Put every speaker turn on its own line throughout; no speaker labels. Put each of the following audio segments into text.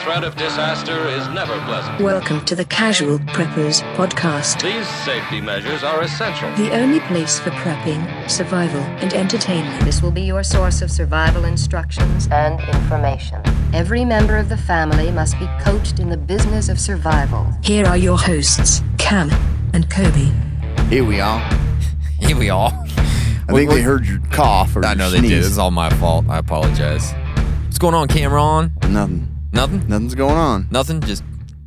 threat of disaster is never pleasant.
Welcome to the Casual Preppers Podcast,
These safety measures are essential.
the only place for prepping, survival, and entertainment.
This will be your source of survival instructions and information. Every member of the family must be coached in the business of survival.
Here are your hosts, Cam and Kobe.
Here we are.
Here we are.
I think they heard your cough or
I
your
know they
sneeze.
did. It's all my fault. I apologize. What's going on, Cameron?
Nothing.
Nothing.
Nothing's going on.
Nothing. Just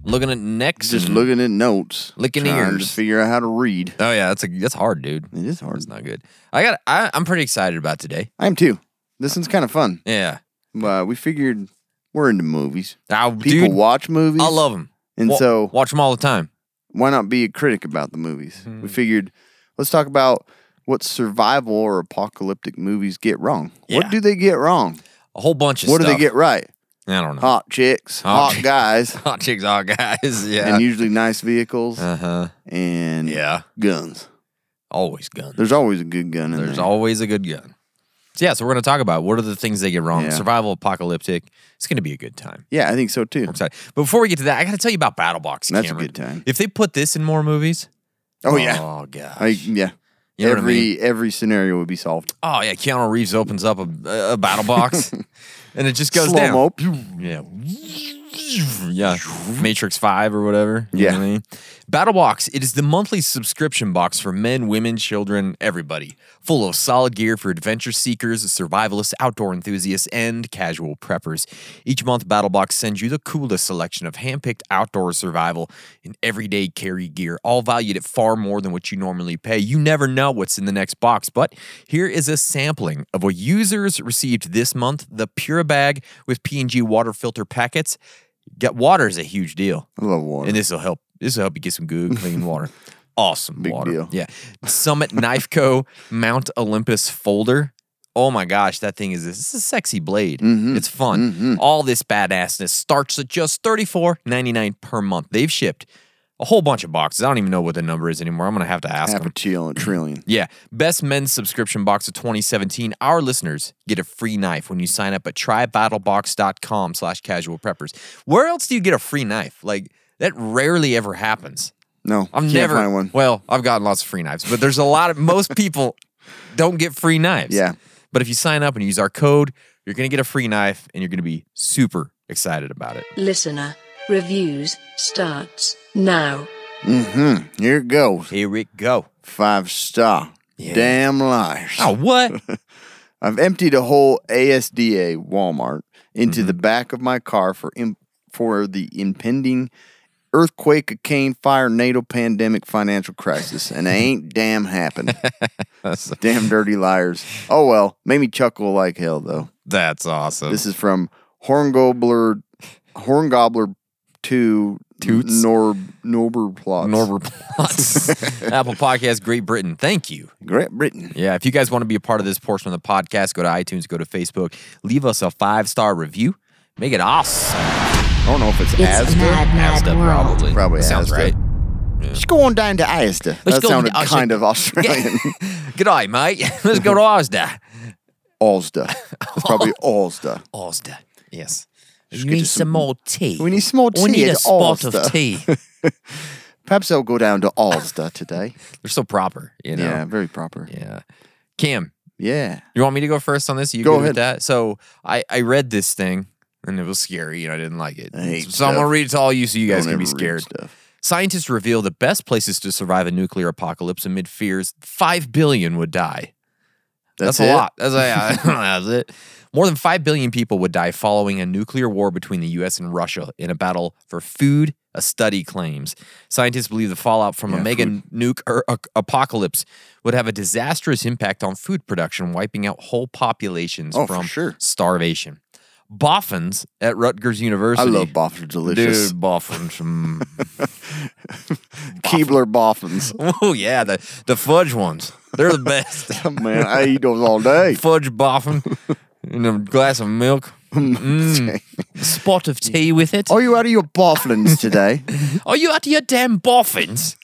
looking at necks.
Just
and-
looking at notes.
Licking
trying
ears.
To figure out how to read.
Oh yeah, that's a that's hard, dude.
It is hard.
It's not good. I got. I, I'm pretty excited about today.
I am too. This one's kind of fun.
Yeah.
Uh, we figured we're into movies.
I,
People
dude,
watch movies.
I love them.
And so-
watch them all the time.
Why not be a critic about the movies?
Hmm.
We figured let's talk about what survival or apocalyptic movies get wrong.
Yeah.
What do they get wrong?
A whole bunch of
what
stuff.
do they get right?
I don't know.
Hot chicks,
Hot
hot,
chick-
guys,
Hot chicks, hot guys. Yeah.
and usually nice vehicles
Uh huh.
and
Yeah.
guns.
Always guns.
There's always a good gun in
There's
there.
always a good gun. So yeah, so we're gonna talk about what are the things they get wrong.
Yeah.
Survival apocalyptic. It's gonna be a good time.
yeah, I think so too.
I'm excited. But before we get to that, I got to tell you about BattleBox.
That's a
Cameron.
good time.
If they put this in more movies,
Oh yeah,
oh gosh,
I, yeah.
You know what I
every
mean?
every scenario would be solved.
oh yeah, Keanu Reeves opens up a, a battle box, and it just goes
Slow
down.
mo.
Yeah, yeah, Matrix Five or whatever. You
Yeah.
know what I mean? Battle Box. It is the monthly subscription box for men, women, children, everybody. Full of solid gear for adventure seekers, survivalists, outdoor enthusiasts, and casual preppers. Each month, Battle Box sends you the coolest selection of handpicked outdoor survival and everyday carry gear, all valued at far more than what you normally pay. You never know what's in the next box, but here is a sampling of what users received this month: the Pura bag with PNG water filter packets. Get water is a huge deal.
I love water.
And this will help. This will help you get some good clean water. Awesome
Big
water.
deal.
Yeah. Summit Knife Co. Mount Olympus folder. Oh my gosh, that thing is this is a sexy blade.
Mm-hmm.
It's fun. All this badassness starts at just $34.99 per month. They've shipped a whole bunch of boxes. I don't even know what the number is anymore. I'm gonna have to ask
Half
them.
a trillion, trillion.
Yeah. Best men's subscription box of 2017. Our listeners get a free knife when you sign up at trybattlebox.com slash casual preppers. Where else do you get a free knife? Like that rarely ever happens.
No,
I've
can't
never
find one.
Well, I've gotten lots of free knives, but there's a lot of most people don't get free knives.
Yeah.
But if you sign up and use our code, you're gonna get a free knife and you're gonna be super excited about it.
Listener reviews starts now.
Mm-hmm. Here it goes.
Here we go.
Five star. Damn liars.
Oh what?
I've emptied a whole ASDA Walmart into
Mm-hmm.
the back of my car for Im- for the impending earthquake, a cane fire, NATO pandemic, financial crisis, and I ain't damn happened. damn dirty liars. Oh well, made me chuckle like hell though.
That's awesome.
This is from Horngobler Horngobler Two
Toots?
Nor Norber Plots.
Norbert Plots, Apple Podcast, Great Britain. Thank you.
Great Britain.
Yeah, if you guys want to be a part of this portion of the podcast, go to iTunes, go to Facebook, leave us a five star review. Make it awesome.
I don't know if it's,
It's
Asda.
mad, mad
Asda,
world.
probably.
Probably
That sounds
Asda.
right.
She's going down to Asda.
Let's
That
go
sounded
to Asda.
kind of Australian.
G'day, mate. Let's go to Asda.
Alsda. It's probably Alsda.
Asda. Yes.
Just
You
get
need
you
some
some-
more tea.
We need some more
We
tea
need a
at
spot of
Asda.
tea.
Perhaps I'll go down to Alsda today.
They're so proper, you know.
Yeah, very proper. Yeah.
yeah. Cam, You want me to go first on this? You
Go
good With
ahead.
that. So I I read this thing and it was scary and I didn't like it.
I hate
so I'm gonna
stuff.
read it to all you so you guys
Don't
can be
ever read
scared.
Stuff.
Scientists reveal the best places to survive a nuclear apocalypse amid fears five billion would die. That's,
That's,
a
it?
lot. That's, yeah, that's it. More than 5 billion people would die following a nuclear war between the US and Russia in a battle for food, a study claims. Scientists believe the fallout from a
Yeah,
mega nuke or a- apocalypse would have a disastrous impact on food production, wiping out whole populations
Oh, for
from
sure.
starvation. Boffins at Rutgers
I
University.
love Boffins Delicious.
Dude, boffins. mm.
Keebler Boffins.
oh, yeah, the, the fudge ones. They're the best.
Oh, Man, I eat those all day.
fudge boffin and a glass of milk. Mm. Spot of tea with it.
Are you out of your Boffins today?
Are you out of your damn boffins?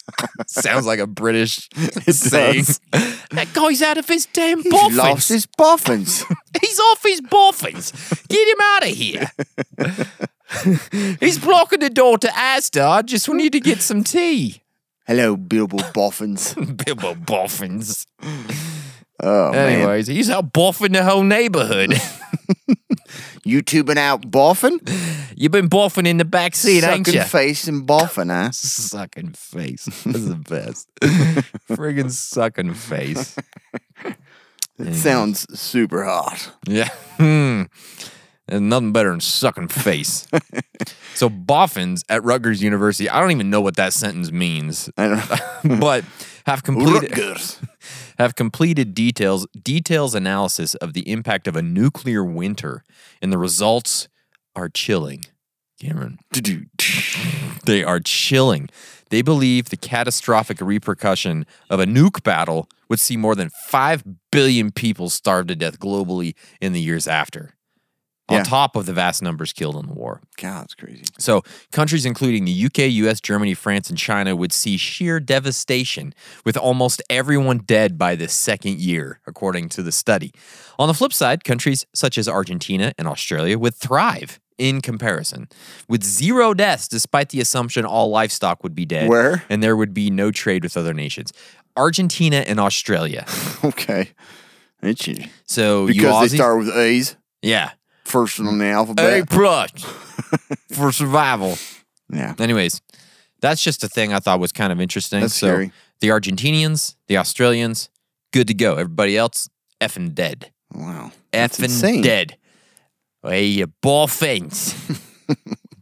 Sounds like a British saying.
does.
That guy's out of his damn
He's
boffins.
lost his Boffins.
He's off his boffins. Get him out of here. He's blocking the door to Asda. I just need to get some tea.
Hello, Bilbo Boffins.
Bilbo Boffins.
Oh, man.
Anyways, he's out boffing the whole neighborhood.
You tubing out boffin?
You've been boffing in the back seat, ain't
Sucking
you?
face and boffin, huh?
sucking face. That's the best. Friggin' sucking face.
It sounds super hot.
Yeah. Hmm. And nothing better than sucking face. so boffins at Rutgers University. I don't even know what that sentence means,
I don't know.
but have completed
Rutgers.
have completed details details analysis of the impact of a nuclear winter, and the results are chilling. Cameron, they are chilling. They believe the catastrophic repercussion of a nuke battle would see more than 5 billion people starve to death globally in the years after, on
Yeah.
top of the vast numbers killed in the war.
God, it's crazy.
So, countries including the UK, US, Germany, France, and China would see sheer devastation, with almost everyone dead by the second year, according to the study. On the flip side, countries such as Argentina and Australia would thrive in comparison, with zero deaths, despite the assumption all livestock would be dead.
Where?
And there would be no trade with other nations. Argentina and Australia.
Okay. Itchy.
So, you
Because
Aussies,
they start with A's,
yeah.
first one on the alphabet.
A plus for survival.
Yeah.
Anyways, that's just a thing I thought was kind of interesting.
That's
so
scary.
the Argentinians, the Australians, good to go. Everybody else, effing dead.
Wow. That's
Effing
insane.
dead. Hey, you boffins.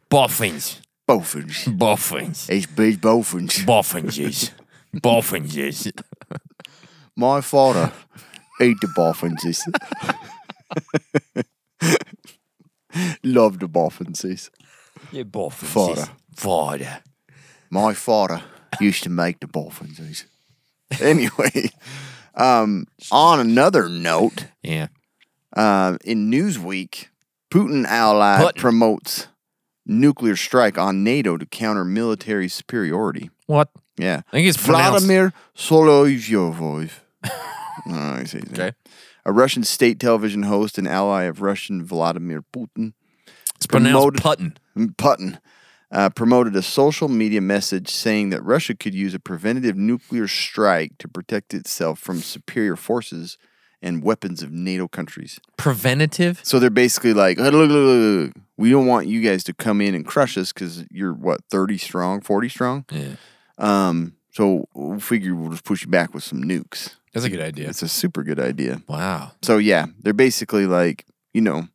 boffins.
Boffins.
Boffins.
It's big boffins.
Boffins. Boffins.
My father ate the boffins. Love the boffins.
Yeah, boffins.
Fodder.
Fodder.
My father used to make the boffins. Anyway, um, on another note,
Yeah.
um, in Newsweek, Putin ally
Putin.
promotes nuclear strike on NATO to counter military superiority.
What?
Yeah.
I think it's pronounced-
Vladimir Solovyov. Oh, I don't know how you say his name.
Okay.
A Russian state television host and ally of Russian Vladimir Putin.
It's pronounced
Promoted-
Putin.
Putin uh, promoted a social media message saying that Russia could use a preventative nuclear strike to protect itself from superior forces and weapons of NATO countries.
Preventative?
So they're basically like, "Hey, look, look, look, look, we don't want you guys to come in and crush us because you're what thirty strong, forty strong.
Yeah.
Um, so we figure we'll just push you back with some nukes.
That's a good idea.
It's a super good idea.
Wow.
So yeah, they're basically like, you know,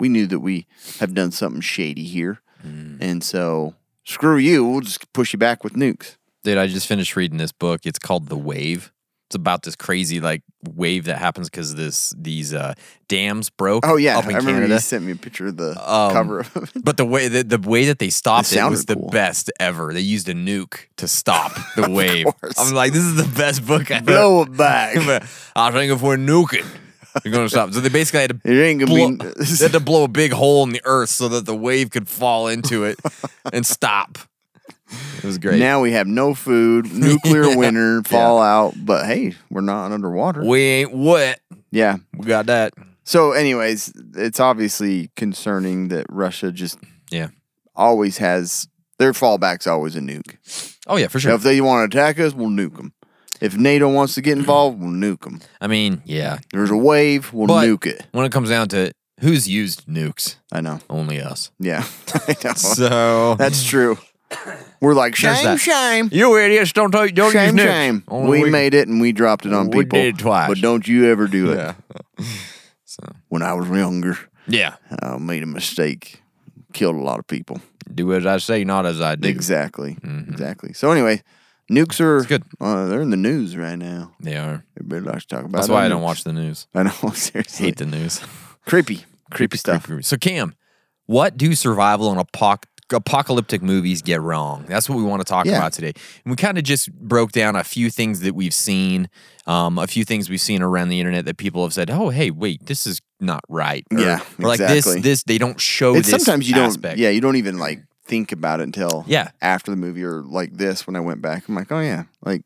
we knew that we have done something shady here,
Mm.
and so screw you. We'll just push you back with nukes.
Dude, I just finished reading this book. It's called The Wave. It's about this crazy like wave that happens because this these uh, dams broke.
Oh yeah,
up
I
in
remember
Canada.
you sent me a picture of the
Um,
cover of it.
But the way that the way that they stopped it,
sounded
was the
cool.
best ever. They used a nuke to stop the wave.
course.
I'm like, this is the best book I've
Blow it back.
ever. I think if we're nuking, we're gonna stop. So they basically had to
It ain't gonna
blow,
be-
they had to blow a big hole in the earth so that the wave could fall into it and stop. It was great.
Now we have no food, nuclear winter, fallout, but hey, we're not underwater.
we ain't wet.
yeah.
We got that.
So, anyways, it's obviously concerning that Russia just
Yeah.
always has their fallback's always a nuke.
Oh yeah, for
Now,
sure.
if they want to attack us, we'll nuke them. If NATO wants to get involved, we'll nuke them.
I mean, yeah.
There's a wave, we'll
But
nuke it.
When it comes down to it, who's used nukes,
I know.
only us.
Yeah, I know.
So
That's true. We're like
There's
shame,
that.
shame.
you idiots don't take don't use
Shame,
nukes.
shame.
Only
We, made it and we dropped it on
We
people.
did it twice.
But don't you ever do it.
Yeah.
When I was younger,
Yeah.
I made a mistake, killed a lot of people.
Do as I say, not as I do.
Exactly. Exactly. So anyway, nukes are
Mm-hmm. good.
Uh, they're in the news right now.
They are.
Everybody likes to talk about.
That's why I don't watch the news.
I know seriously.
Hate the news.
creepy, creepy stuff.
So Cam, what do survival and apoc- apocalyptic movies get wrong? That's what we want to talk
Yeah.
about today. And we kind of just broke down a few things that we've seen, um, a few things we've seen around the internet that people have said, "Oh, hey, wait, this is not right."
Yeah,
or like
exactly.
this, this they don't show.
It's
this
sometimes you
aspect.
don't. Yeah, you don't even like think about it until
Yeah.
after the movie or like this. When I went back, I'm like, oh yeah, like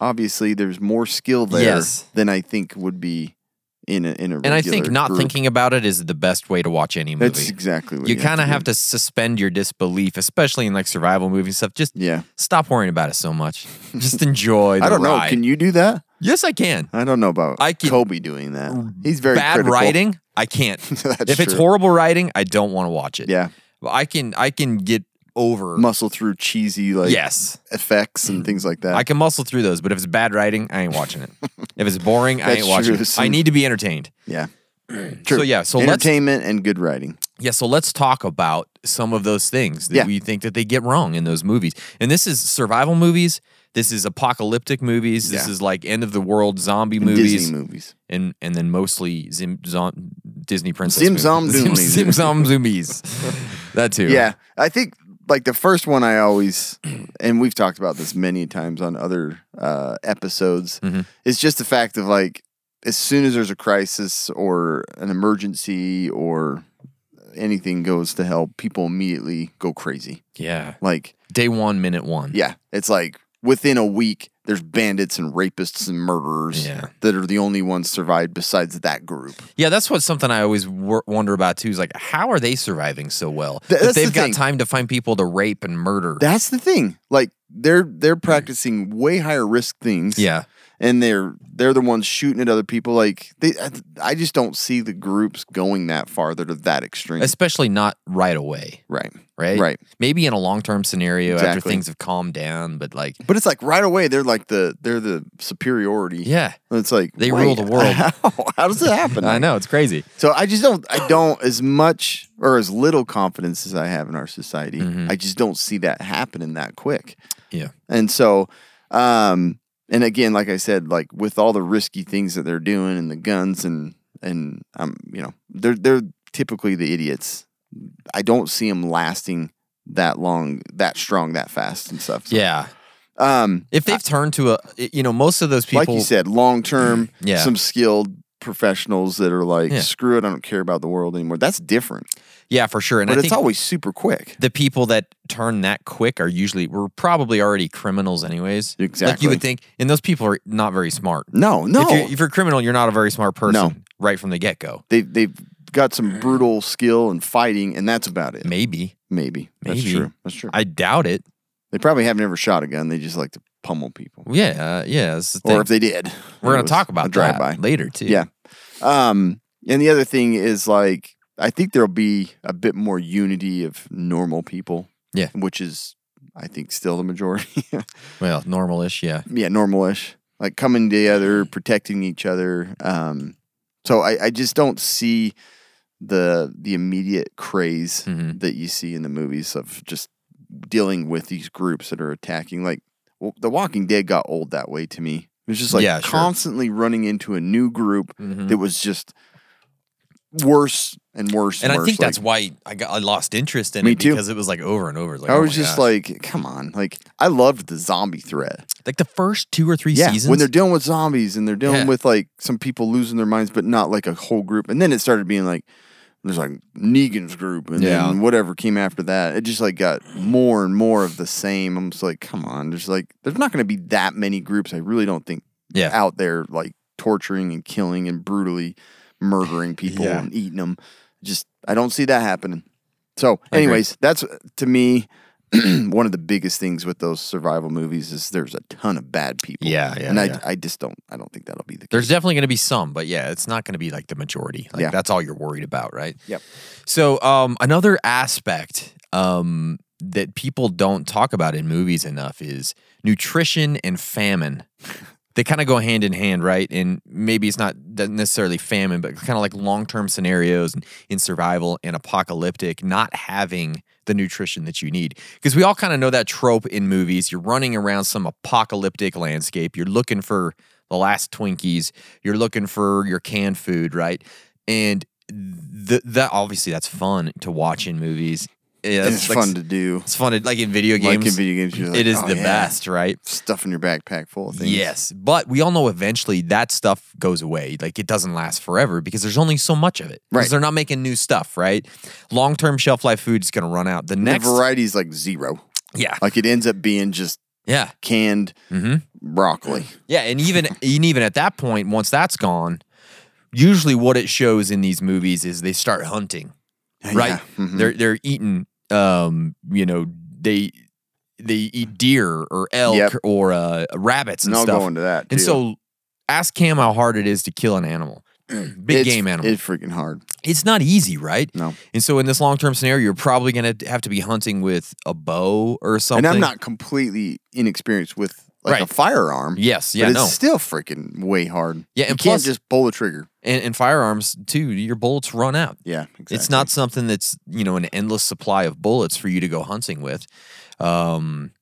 obviously there's more skill there
Yes.
than I think would be in a in a
And I think
regular
not
group.
thinking about it is the best way to watch any movie.
That's exactly what
you
you
kind of
have to
have to suspend your disbelief, especially in like survival movie stuff. Just
Yeah.
stop worrying about it so much. Just enjoy. The
I don't know.
ride.
Can you do that?
Yes, I can.
I don't know about
I can-
Kobe doing that. He's very
Bad
critical.
writing, I can't.
That's
if it's
true.
horrible writing, I don't want to watch it.
Yeah,
But I can. I can get over.
muscle through cheesy like
yes,
effects and things like that.
Mm. I can muscle through those. But if it's bad writing, I ain't watching it. if it's boring, I
That's
ain't watching
true.
it. I need to be entertained.
yeah. True.
yeah, so let's-
entertainment and good writing.
Yeah, so let's talk about some of those things that
Yeah.
we think that they get wrong in those movies. And this is survival movies. This is apocalyptic movies. This
Yeah.
is like end of the world zombie
and
movies,
Disney movies.
and and then mostly Zim, Zom, Disney princess
Zim
movies.
Zom
Zim,
Zoomies.
Zim Zom Zoomies. that too.
Yeah, I think like the first one I always, and we've talked about this many times on other uh, episodes,
Mm-hmm.
is just the fact of like as soon as there's a crisis or an emergency or anything goes to hell, people immediately go crazy.
yeah.
Like
Day one, minute one.
Yeah. It's like within a week, there's bandits and rapists and murderers
Yeah.
that are the only ones survived besides that group.
yeah. That's what something I always wor- wonder about too. Is like, how are they surviving so well?
Th-
if
that's the
they've got
thing.
time to find people to rape and murder.
That's the thing. Like they're they're practicing way higher risk things.
yeah.
And they're they're the ones shooting at other people. Like they, I, I just don't see the groups going that far that are that extreme.
Especially not right away.
right.
right?
Right.
Maybe in a long term scenario after
Exactly.
things have calmed down, but like,
But it's like right away they're like the they're the superiority.
yeah,
It's like
They rule the world.
How, how does it happen?
I know it's crazy.
So I just don't I don't as much or as little confidence as I have in our society. I just don't see that happening that quick.
Mm-hmm. Yeah,
And so um and again like I said like with all the risky things that they're doing and the guns and and um you know they're they're typically the idiots. I don't see them lasting that long, that strong, that fast and stuff. So,
yeah.
Um
If they've turned to a, you know, most of those people,
like you said, long term,
Yeah.
some skilled professionals that are like,
Yeah.
screw it, I don't care about the world anymore. That's different.
yeah, for sure. And
but
I
it's
think
always super quick.
the people that turn that quick are usually were probably already criminals, anyways. Like
Exactly.
you would think, and those people are not very smart.
No, no.
If, you're, if you're a criminal, you're not a very smart person.
No.
Right from the get go,
they they've got
Mm.
some brutal skill and fighting, and that's about it.
maybe.
Maybe. That's
Maybe.
true. That's true.
I doubt it.
they probably have never shot a gun. They just like to pummel people.
Yeah, uh, yeah. that's the
Or
thing.
if they did.
We're
it
gonna
was
talk about
a drive by.
that later too.
Yeah. Um and the other thing is like I think there'll be a bit more unity of normal people.
Yeah.
Which is I think still the majority.
Well, normalish. Yeah.
yeah, normalish. Like coming together, protecting each other. Um, so I, I just don't see the the immediate craze
Mhm.
that you see in the movies of just dealing with these groups that are attacking. Like well, The Walking Dead got old that way to me. It was just like
Yeah, sure. Mm-hmm.
constantly running into a new group that was just worse and worse.
And I
worse.
think
Like,
that's why I got I lost interest in
Me
it
too.
because it was like over and over. Like,
I
oh
was
my
just
gosh.
like, come on! Like I loved the zombie threat.
like the first two or three seasons.
when they're dealing with zombies and they're dealing
Yeah.
with like some people losing their minds, but not like a whole group. And then it started being like there's like Negan's group and
Yeah.
then whatever came after that. It just like got more and more of the same. I'm just like, come on, there's like there's not going to be that many groups. I really don't think
Yeah.
out there like torturing and killing and brutally murdering people
Yeah.
and eating them. Just I don't see that happening. So,
agree.
anyways, that's to me. one of the biggest things with those survival movies is there's a ton of bad people
Yeah, yeah,
and I,
yeah.
I just don't I don't think that'll be the case.
There's definitely going to be some, but yeah, it's not going to be like the majority. Like
Yeah.
that's all you're worried about, right?
Yep.
So, um, another aspect um, that people don't talk about in movies enough is nutrition and famine. They kind of go hand in hand, right? And maybe it's not that necessarily famine, but kind of like long term scenarios and in survival and apocalyptic, not having the nutrition that you need. Because we all kind of know that trope in movies. You're running around some apocalyptic landscape, you're looking for the last Twinkies, you're looking for your canned food, right? And th- that obviously that's fun to watch in movies. Yeah,
And
that's
it's
like-
fun to do.
It's fun to, like in video
Like
games.
in video games, you're like,
it is
"Oh,
the
yeah."
best, right?
Stuff in your backpack full of things.
Yes, but we all know eventually that stuff goes away. Like it doesn't last forever because there's only so much of it. 'Cause
Right.
They're not making new stuff, right? Long term shelf life food is going to run out. The
The
next,
variety is like zero.
yeah,
Like it ends up being just
yeah,
canned broccoli.
Mm-hmm. yeah, and even and even at that point, once that's gone, usually what it shows in these movies is they start hunting, right?
Mm-hmm.
They're they're eating, um, you know, they they eat deer or elk
Yep.
or uh, rabbits and
No
stuff.
going to that.
and
too.
so, ask Cam how hard it is to kill an animal, big
It's-
game animal.
It's freaking hard.
it's not easy, right?
No.
And so, in this long term scenario, you're probably going to have to be hunting with a bow or something.
And I'm not completely inexperienced with like a
Right.
firearm.
Yes, yeah,
but it's
no.
still freaking way hard.
Yeah,
you
and
can't
plus-
just pull the trigger.
and, and firearms too. Your bullets run out.
Yeah, exactly.
It's not something that's you know an endless supply of bullets for you to go hunting with. Um,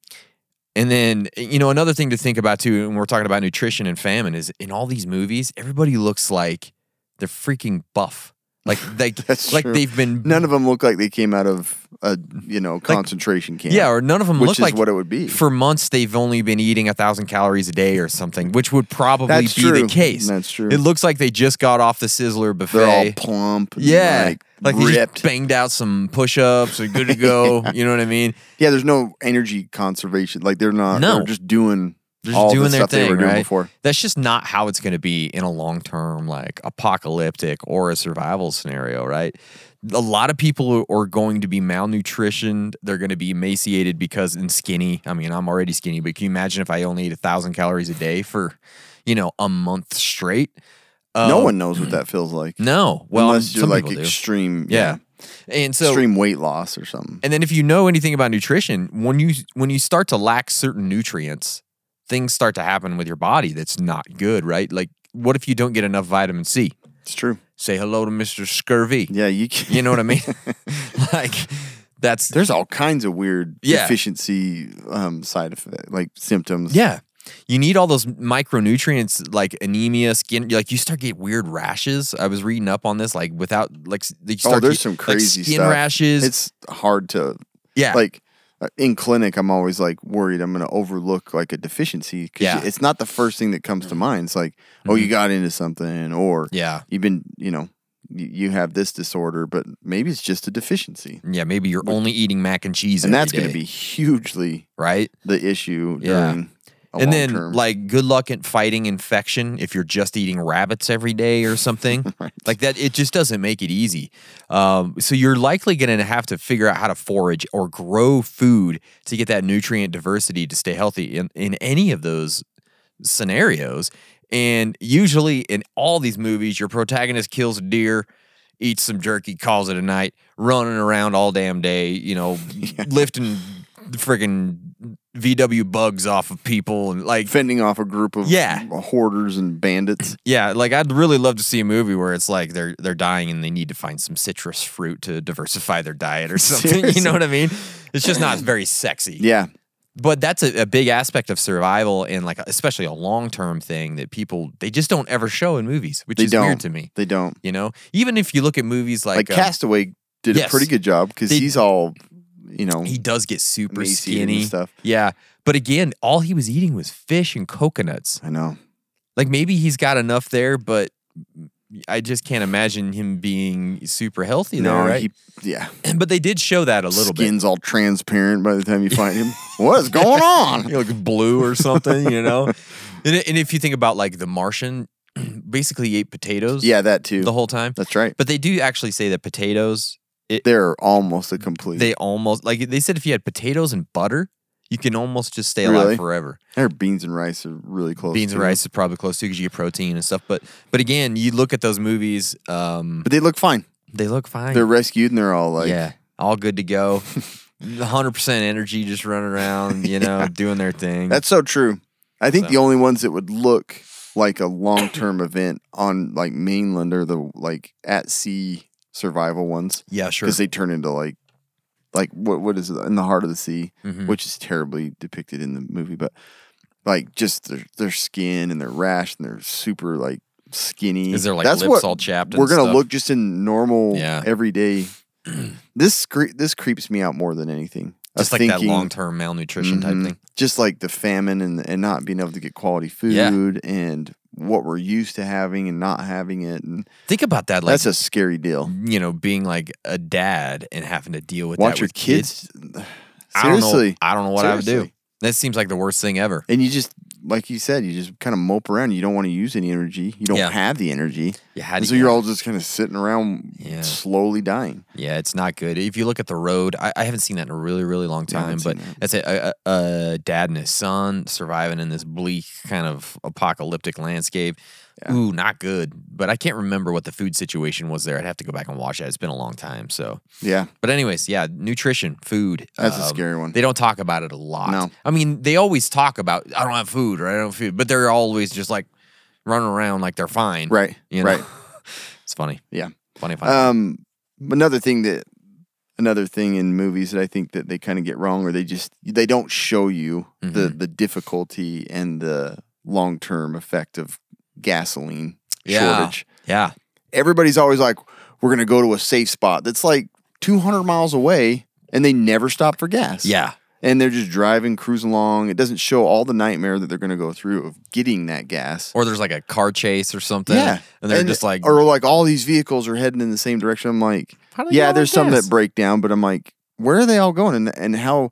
and then you know another thing to think about too, and we're talking about nutrition and famine is in all these movies, everybody looks like they're freaking buff. Like like
That's
like
true.
they've been
None of them look like they came out of a you know concentration camp.
yeah, or none of them
which
look
is
like
what it would be.
For months, they've only been eating a thousand calories a day or something, which would probably
That's
be
true.
the case.
That's true.
It looks like they just got off the Sizzler buffet.
they're all plump. and,
Yeah.
like,
Like, they
ripped.
just banged out some push ups or good to go. You know what I mean?
yeah, there's no energy conservation. Like they're not.
No.
they're just doing.
They're just
all
doing
the
their
stuff
thing.
they were doing
right?
before.
That's just not how it's going to be in a long term, like apocalyptic or a survival scenario, right? A lot of people are going to be malnutritioned. They're going to be emaciated because and skinny. I mean, I'm already skinny, but can you imagine if I only ate a thousand calories a day for, you know, a month straight?
no
Um,
one knows what that feels like.
No. Well,
unless you're
some
like
people do.
extreme.
Yeah. And so
extreme weight loss or something.
And then if you know anything about nutrition, when you when you start to lack certain nutrients, things start to happen with your body that's not good, right? Like what if you don't get enough vitamin C?
It's true.
Say hello to Mr. Scurvy.
Yeah, you can.
You know what I mean? like that's
There's all kinds of weird
Yeah.
deficiency um, side effect, like symptoms.
yeah. You need all those micronutrients like anemia, skin. Like you start to get weird rashes. I was reading up on this, like without like s- you start
Oh,
to
there's
get,
some
like,
crazy
skin
stuff.
rashes.
It's hard to
yeah,
like uh, in clinic. I'm always like worried I'm going to overlook like a deficiency. 'cause
Yeah. Mm-hmm.
it's not the first thing that comes to mind. It's like, oh, you got into something, or
yeah,
you've been, you know, you, you have this disorder, but maybe it's just a deficiency,
yeah. Maybe you're only eating mac and cheese,
and
every
that's going to
day,
be hugely
right.
the issue.
Yeah.
During a
and
long
then
term.
like good luck at fighting infection if you're just eating rabbits every day or something like that it just doesn't make it easy um, so you're likely going to have to figure out how to forage or grow food to get that nutrient diversity to stay healthy in, in any of those scenarios and usually in all these movies your protagonist kills a deer eats some jerky calls it a night running around all damn day you know lifting friggin' vw bugs off of people and like
fending off a group of
Yeah.
hoarders and bandits.
yeah, like I'd really love to see a movie where it's like they're they're dying and they need to find some citrus fruit to diversify their diet or something. You
Seriously.
know what I mean? It's just not very sexy.
Yeah,
But that's a, a big aspect of survival and like especially a long term thing that people they just don't ever show in movies, which
they
is
don't.
weird to me.
They don't.
You know, even if you look at movies like,
like,
uh,
Castaway did
yes.
a pretty good job because
They-
he's all, you know,
he does get super
emaciated and
skinny
stuff.
Yeah, but again, all he was eating was fish and coconuts.
I know.
Like maybe he's got enough there, but I just can't imagine him being super healthy there, right?
he, yeah,
but they did show that a little
skin's all transparent by the time you find him. What's going
bit,
on?
You know, like blue or something, you know. And, i- and if you think about like The Martian, basically ate potatoes,
Yeah, that too.
the whole time.
That's right.
But they do actually say that potatoes,
They're almost a complete.
they almost like they said if you had potatoes and butter, you can almost just stay alive
Really?
forever.
their beans and rice are really close.
Beans and
too.
rice is probably close too because you get protein and stuff. But but again, you look at those movies, um,
but they look fine.
they look fine.
They're rescued and they're all like,
yeah, all good to go. 100% energy just running around, you know, doing their thing.
That's so true. I think
So-
the only ones that would look like a long term event on like mainland are the like at sea survival ones
yeah, sure.
because they turn into like like what what is it in the heart of the sea,
Mhm.
which is terribly depicted in the movie, but like just their their skin and their rash and they're super like skinny.
Is there, like, lips all chapped and
We're gonna
stuff?
look just in normal
Yeah.
everyday. this cre- this creeps me out more than anything. Of
just like that
thinking-
long term malnutrition
Mhm.
type thing.
Just like the famine and and not being able to get quality
Yeah.
food and what we're used to having and not having it and
Think about that, like
that's a scary deal.
you know, being like a dad and having to deal with
Watch
that
your
with kids.
kids.
I don't know.
Seriously,
I don't know what I would do.
Seriously.
That seems like the worst thing ever.
and you just like you said, you just kind of mope around. You don't want to use any energy. You don't
Yeah.
have the energy.
Yeah, how
And
do
so
you-
you're all just kind of sitting around,
Yeah.
slowly dying.
Yeah, it's not good. If you look at the road, I, I haven't seen that in a really, really long
I haven't
time. but
seen that.
that's it. A, a, a dad and his son surviving in this bleak kind of apocalyptic landscape. Ooh, not good. But I can't remember what the food situation was there. I'd have to go back and watch that. It's been a long time. So,
Yeah,
but anyways, yeah, nutrition, food. um,
That's a scary one.
They don't talk about it a lot.
No.
I mean, they always talk about I don't have food or I don't have food, but they're always just like running around like they're fine.
right,
You know?
right,
It's funny.
yeah.
Funny. funny.
Um, another thing that another thing in movies that I think that they kind of get wrong, or they just they don't show you the
Mm-hmm.
the difficulty and the long term effect of gasoline
yeah.
shortage.
Yeah.
Everybody's always like, "We're gonna go to a safe spot that's like 200 miles away," and they never stop for gas.
Yeah.
and they're just driving, cruising along. It doesn't show all the nightmare that they're gonna go through of getting that gas.
or there's like a car chase or something.
Yeah.
And they're just like,
or like all these vehicles are heading in the same direction. I'm like,
How do they
yeah,
know
there's
that
some
gas?
that break down, but I'm like, where are they all going? And, and how,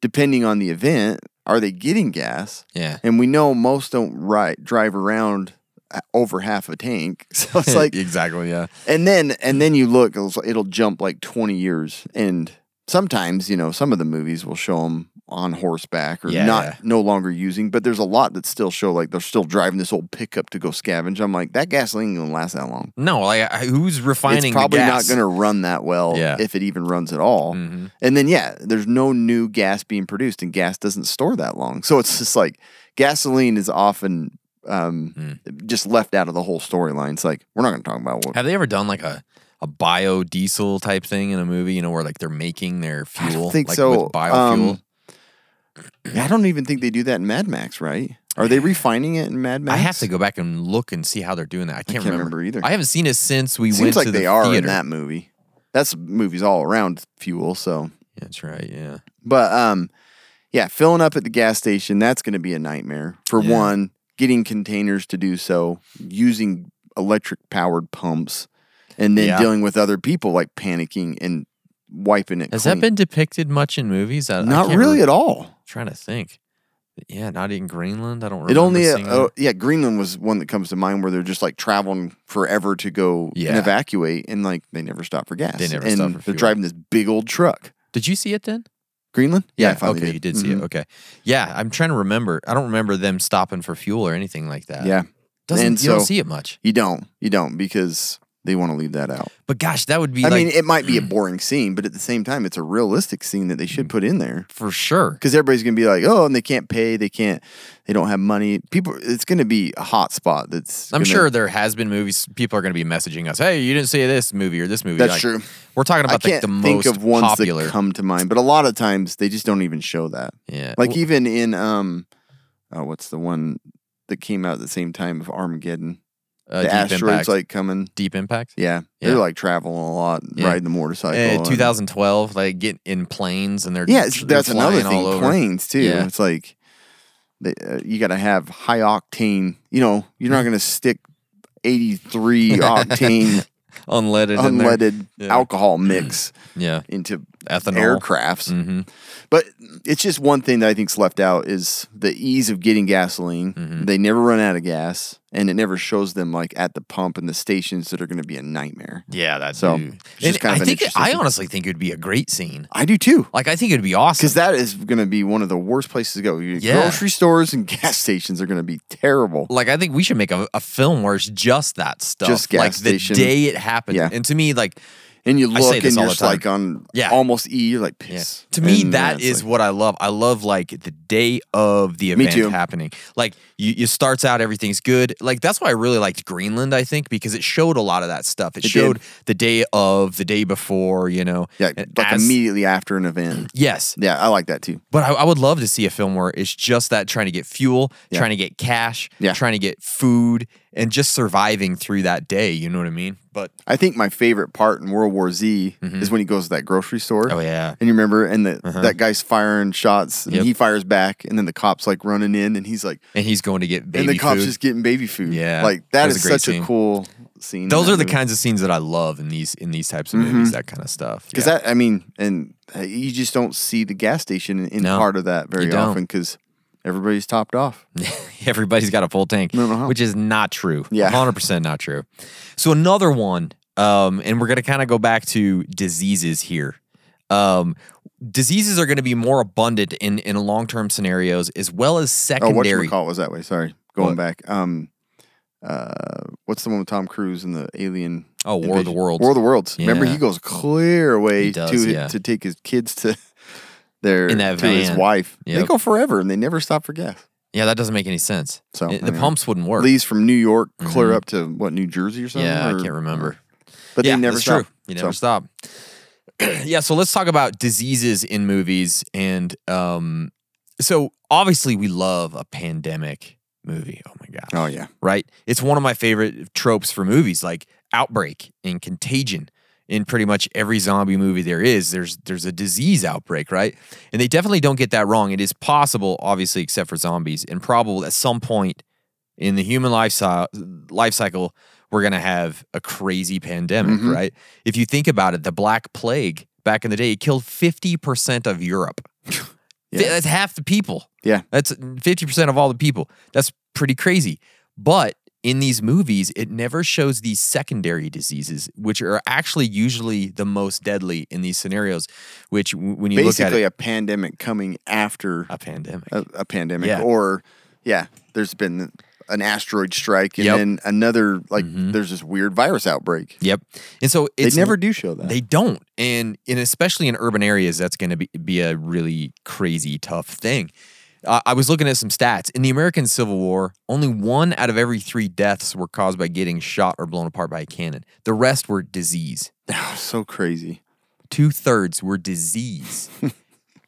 depending on the event, are they getting gas?
yeah.
And we know most don't ri drive around uh, over half a tank. So it's like,
exactly, yeah.
and then, and
Mm.
then you look, it'll, it'll jump like 20 years. And sometimes, you know, some of the movies will show them on horseback or
Yeah.
not, no longer using, but there's a lot that still show like they're still driving this old pickup to go scavenge. I'm like, that gasoline ain't going to last that long
No, like I- who's
it's
refining?
probably
the
not
gas?
going to run that well
Yeah. Mm-hmm.
if it even runs at all. And then yeah, there's no new gas being produced, and gas doesn't store that long. So it's just like gasoline is often um,
Mm.
just left out of the whole storyline. It's like we're not going to talk about what.
Have they ever done like a a biodiesel type thing in a movie? You know, where like they're making their fuel,
think
like
so.
with biofuel.
Um, I don't even think they do that in Mad Max, right? Are they refining it in Mad Max?
I have to go back and look and see how they're doing that. I can't,
can't remember either.
I haven't seen it since we
Seems
went
like
to
they
the
are in
theater.
that movie. That's movies all around fuel. So
That's right. Yeah.
But um, yeah, filling up at the gas station that's going to be a nightmare. For
Yeah.
one, getting containers to do so, using electric powered pumps, and then
Yeah.
dealing with other people like panicking and wiping it.
Has
clean.
that been depicted much in movies? I,
not really at all?
Trying to think. Yeah, not in Greenland. I don't remember.
It only
seeing
uh,
that.
yeah, Greenland was one that comes to mind where they're just like traveling forever to go and
Yeah.
evacuate, and like they never stop for gas.
They never
and
stop for
They're
fuel.
driving this big old truck.
Did you see it then?
Greenland? I finally
okay, you did see
Mhm.
it. Okay, yeah, I'm trying to remember. I don't remember them stopping for fuel or anything like that.
Mm-hmm. Yeah,
doesn't
And
you don't
so-
see it much?
you don't, you don't, because they want to leave that out.
But gosh, that would be
I
like
mean, it might be a boring scene, but at the same time, it's a realistic scene that they
Mm.
should put in there
for sure.
because everybody's gonna be like, "Oh, and they can't pay, they can't, they don't have money." People, it's gonna be a hot spot. That's
I'm
gonna-
sure there has been movies. People are going to be messaging us, "Hey, you didn't see this movie or this movie."
That's
Like,
true.
We're talking
I
about like
can't
the
think
most
of ones
popular.
that come to mind, but a lot of times they just don't even show that.
yeah,
Like
Well,
even in um, oh, what's the one that came out at the same time of Armageddon?
uh,
the
Deep
asteroids
Impact.
like coming.
Deep Impact.
Yeah,
Yeah.
they're like traveling a lot, and
Yeah.
riding the motorcycle.
Uh,
and-
2012, like get in planes and they're
Yeah, it's,
they're
that's another
flying all
thing.
over.
Planes too.
Yeah.
It's like they, uh, you got to have high octane. You know, you're not going to stick 83 octane
unleaded, in there.
unleaded
Yeah.
alcohol mix
Yeah,
into
Ethanol.
aircrafts.
hmm
But it's just one thing that I think's left out is the ease of getting gasoline.
Mm-hmm.
They never run out of gas, and it never shows them like at the pump and the stations that are going to be a nightmare.
Yeah, that's
So,
Ooh.
it's just
And
kind of
I
an
think
interesting
I
thing.
honestly think it would be a great scene.
I do too.
Like I think it'd be awesome.
Because that is going to be one of the worst places to go. Your
Yeah.
Grocery stores and gas stations are going to be terrible.
like I think we should make a, a film where it's just that stuff.
Just gas
like
station.
the day it happened.
Yeah.
And to me, like
And you
I say
look and
this all
you're
the
just
time.
like on
Yeah.
almost E, you're like
yeah.
piss.
to me,
And,
that
it's
is
like-
what I love. I love like the day of the
Me
event
too.
happening. Like you, you starts out, everything's good. Like that's why I really liked Greenland, I think, because it showed a lot of that stuff. It,
It
showed
did.
the day of, the day before, you know.
yeah,
and
like
as-
immediately after an event.
Yes.
Yeah, I like that too.
But I, I would love to see a film where it's just that trying to get fuel,
Yeah.
trying to get cash,
Yeah.
trying to get food, and just surviving through that day. You know what I mean? But
I think my favorite part in World War Z is when he goes to that grocery store.
Mm-hmm. oh yeah,
And you remember, and the, that guy's firing shots, and
Uh-huh. Yep.
he fires back, and then the cops like running in, and he's like,
and he's going to get baby
and the cops
food.
just getting baby food.
Yeah,
like
that
that
was
is
a great
such
scene.
a cool scene. in
Those
that
are the
movie.
kinds of scenes that I love in these in these types of movies. That kind of stuff.
Because
Yeah.
that, I mean, and uh, you just don't see the gas station in, in
No,
part of that very
you don't.
often. Because Everybody's topped off.
Everybody's got a full tank,
no, no.
which is not true.
Yeah.
100% not true. So, another one, um, and we're going to kind of go back to diseases here. Um, diseases are going to be more abundant in, in long term scenarios as well as
Oh, what
secondary.
you call was that way? Sorry, going
What?
back. Um, uh, what's the one with Tom Cruise and the alien?
Oh, War of the
invasion?
Worlds.
War of the Worlds. Remember,
Yeah.
he goes clear away
He does,
to
yeah.
to take his kids to their
In that
to his
van.
wife. They
Yep.
go forever and they never stop for gas.
yeah, that doesn't make any sense.
So,
It- the
anyway.
pumps wouldn't work.
Leaves from New York clear up to what New Jersey or something.
Mm-hmm. Yeah, I
or-
can't remember.
But
yeah,
they never
that's
stop.
True. You never
So,
stop. yeah, so let's talk about diseases in movies, and um, so obviously we love a pandemic movie. Oh my gosh!
Oh yeah,
right? It's one of my favorite tropes for movies, like outbreak and contagion. In pretty much every zombie movie there is, there's there's a disease outbreak, right? And they definitely don't get that wrong. It is possible, obviously, except for zombies, and probable at some point in the human life, cy- life cycle, we're gonna have a crazy pandemic,
Mhm.
right? If you think about it, the Black Plague back in the day it killed fifty percent of Europe.
Yeah.
That's half the people.
yeah.
That's 50% of all the people. That's pretty crazy. But in these movies, it never shows these secondary diseases, which are actually usually the most deadly in these scenarios, which w- when you
Basically, uh,
look
a pandemic coming after
at it, a pandemic.
a, a pandemic
Yeah.
or yeah there's been an asteroid strike and
Yep.
then another like there's this weird virus outbreak
yep. And so it's
they never do show that
They don't. And and especially in urban areas, that's going to be, be a really crazy tough thing. Uh, I was looking at some stats. In the American Civil War, only one out of every three deaths were caused by getting shot or blown apart by a cannon. The rest were disease.
so crazy
Two thirds were disease.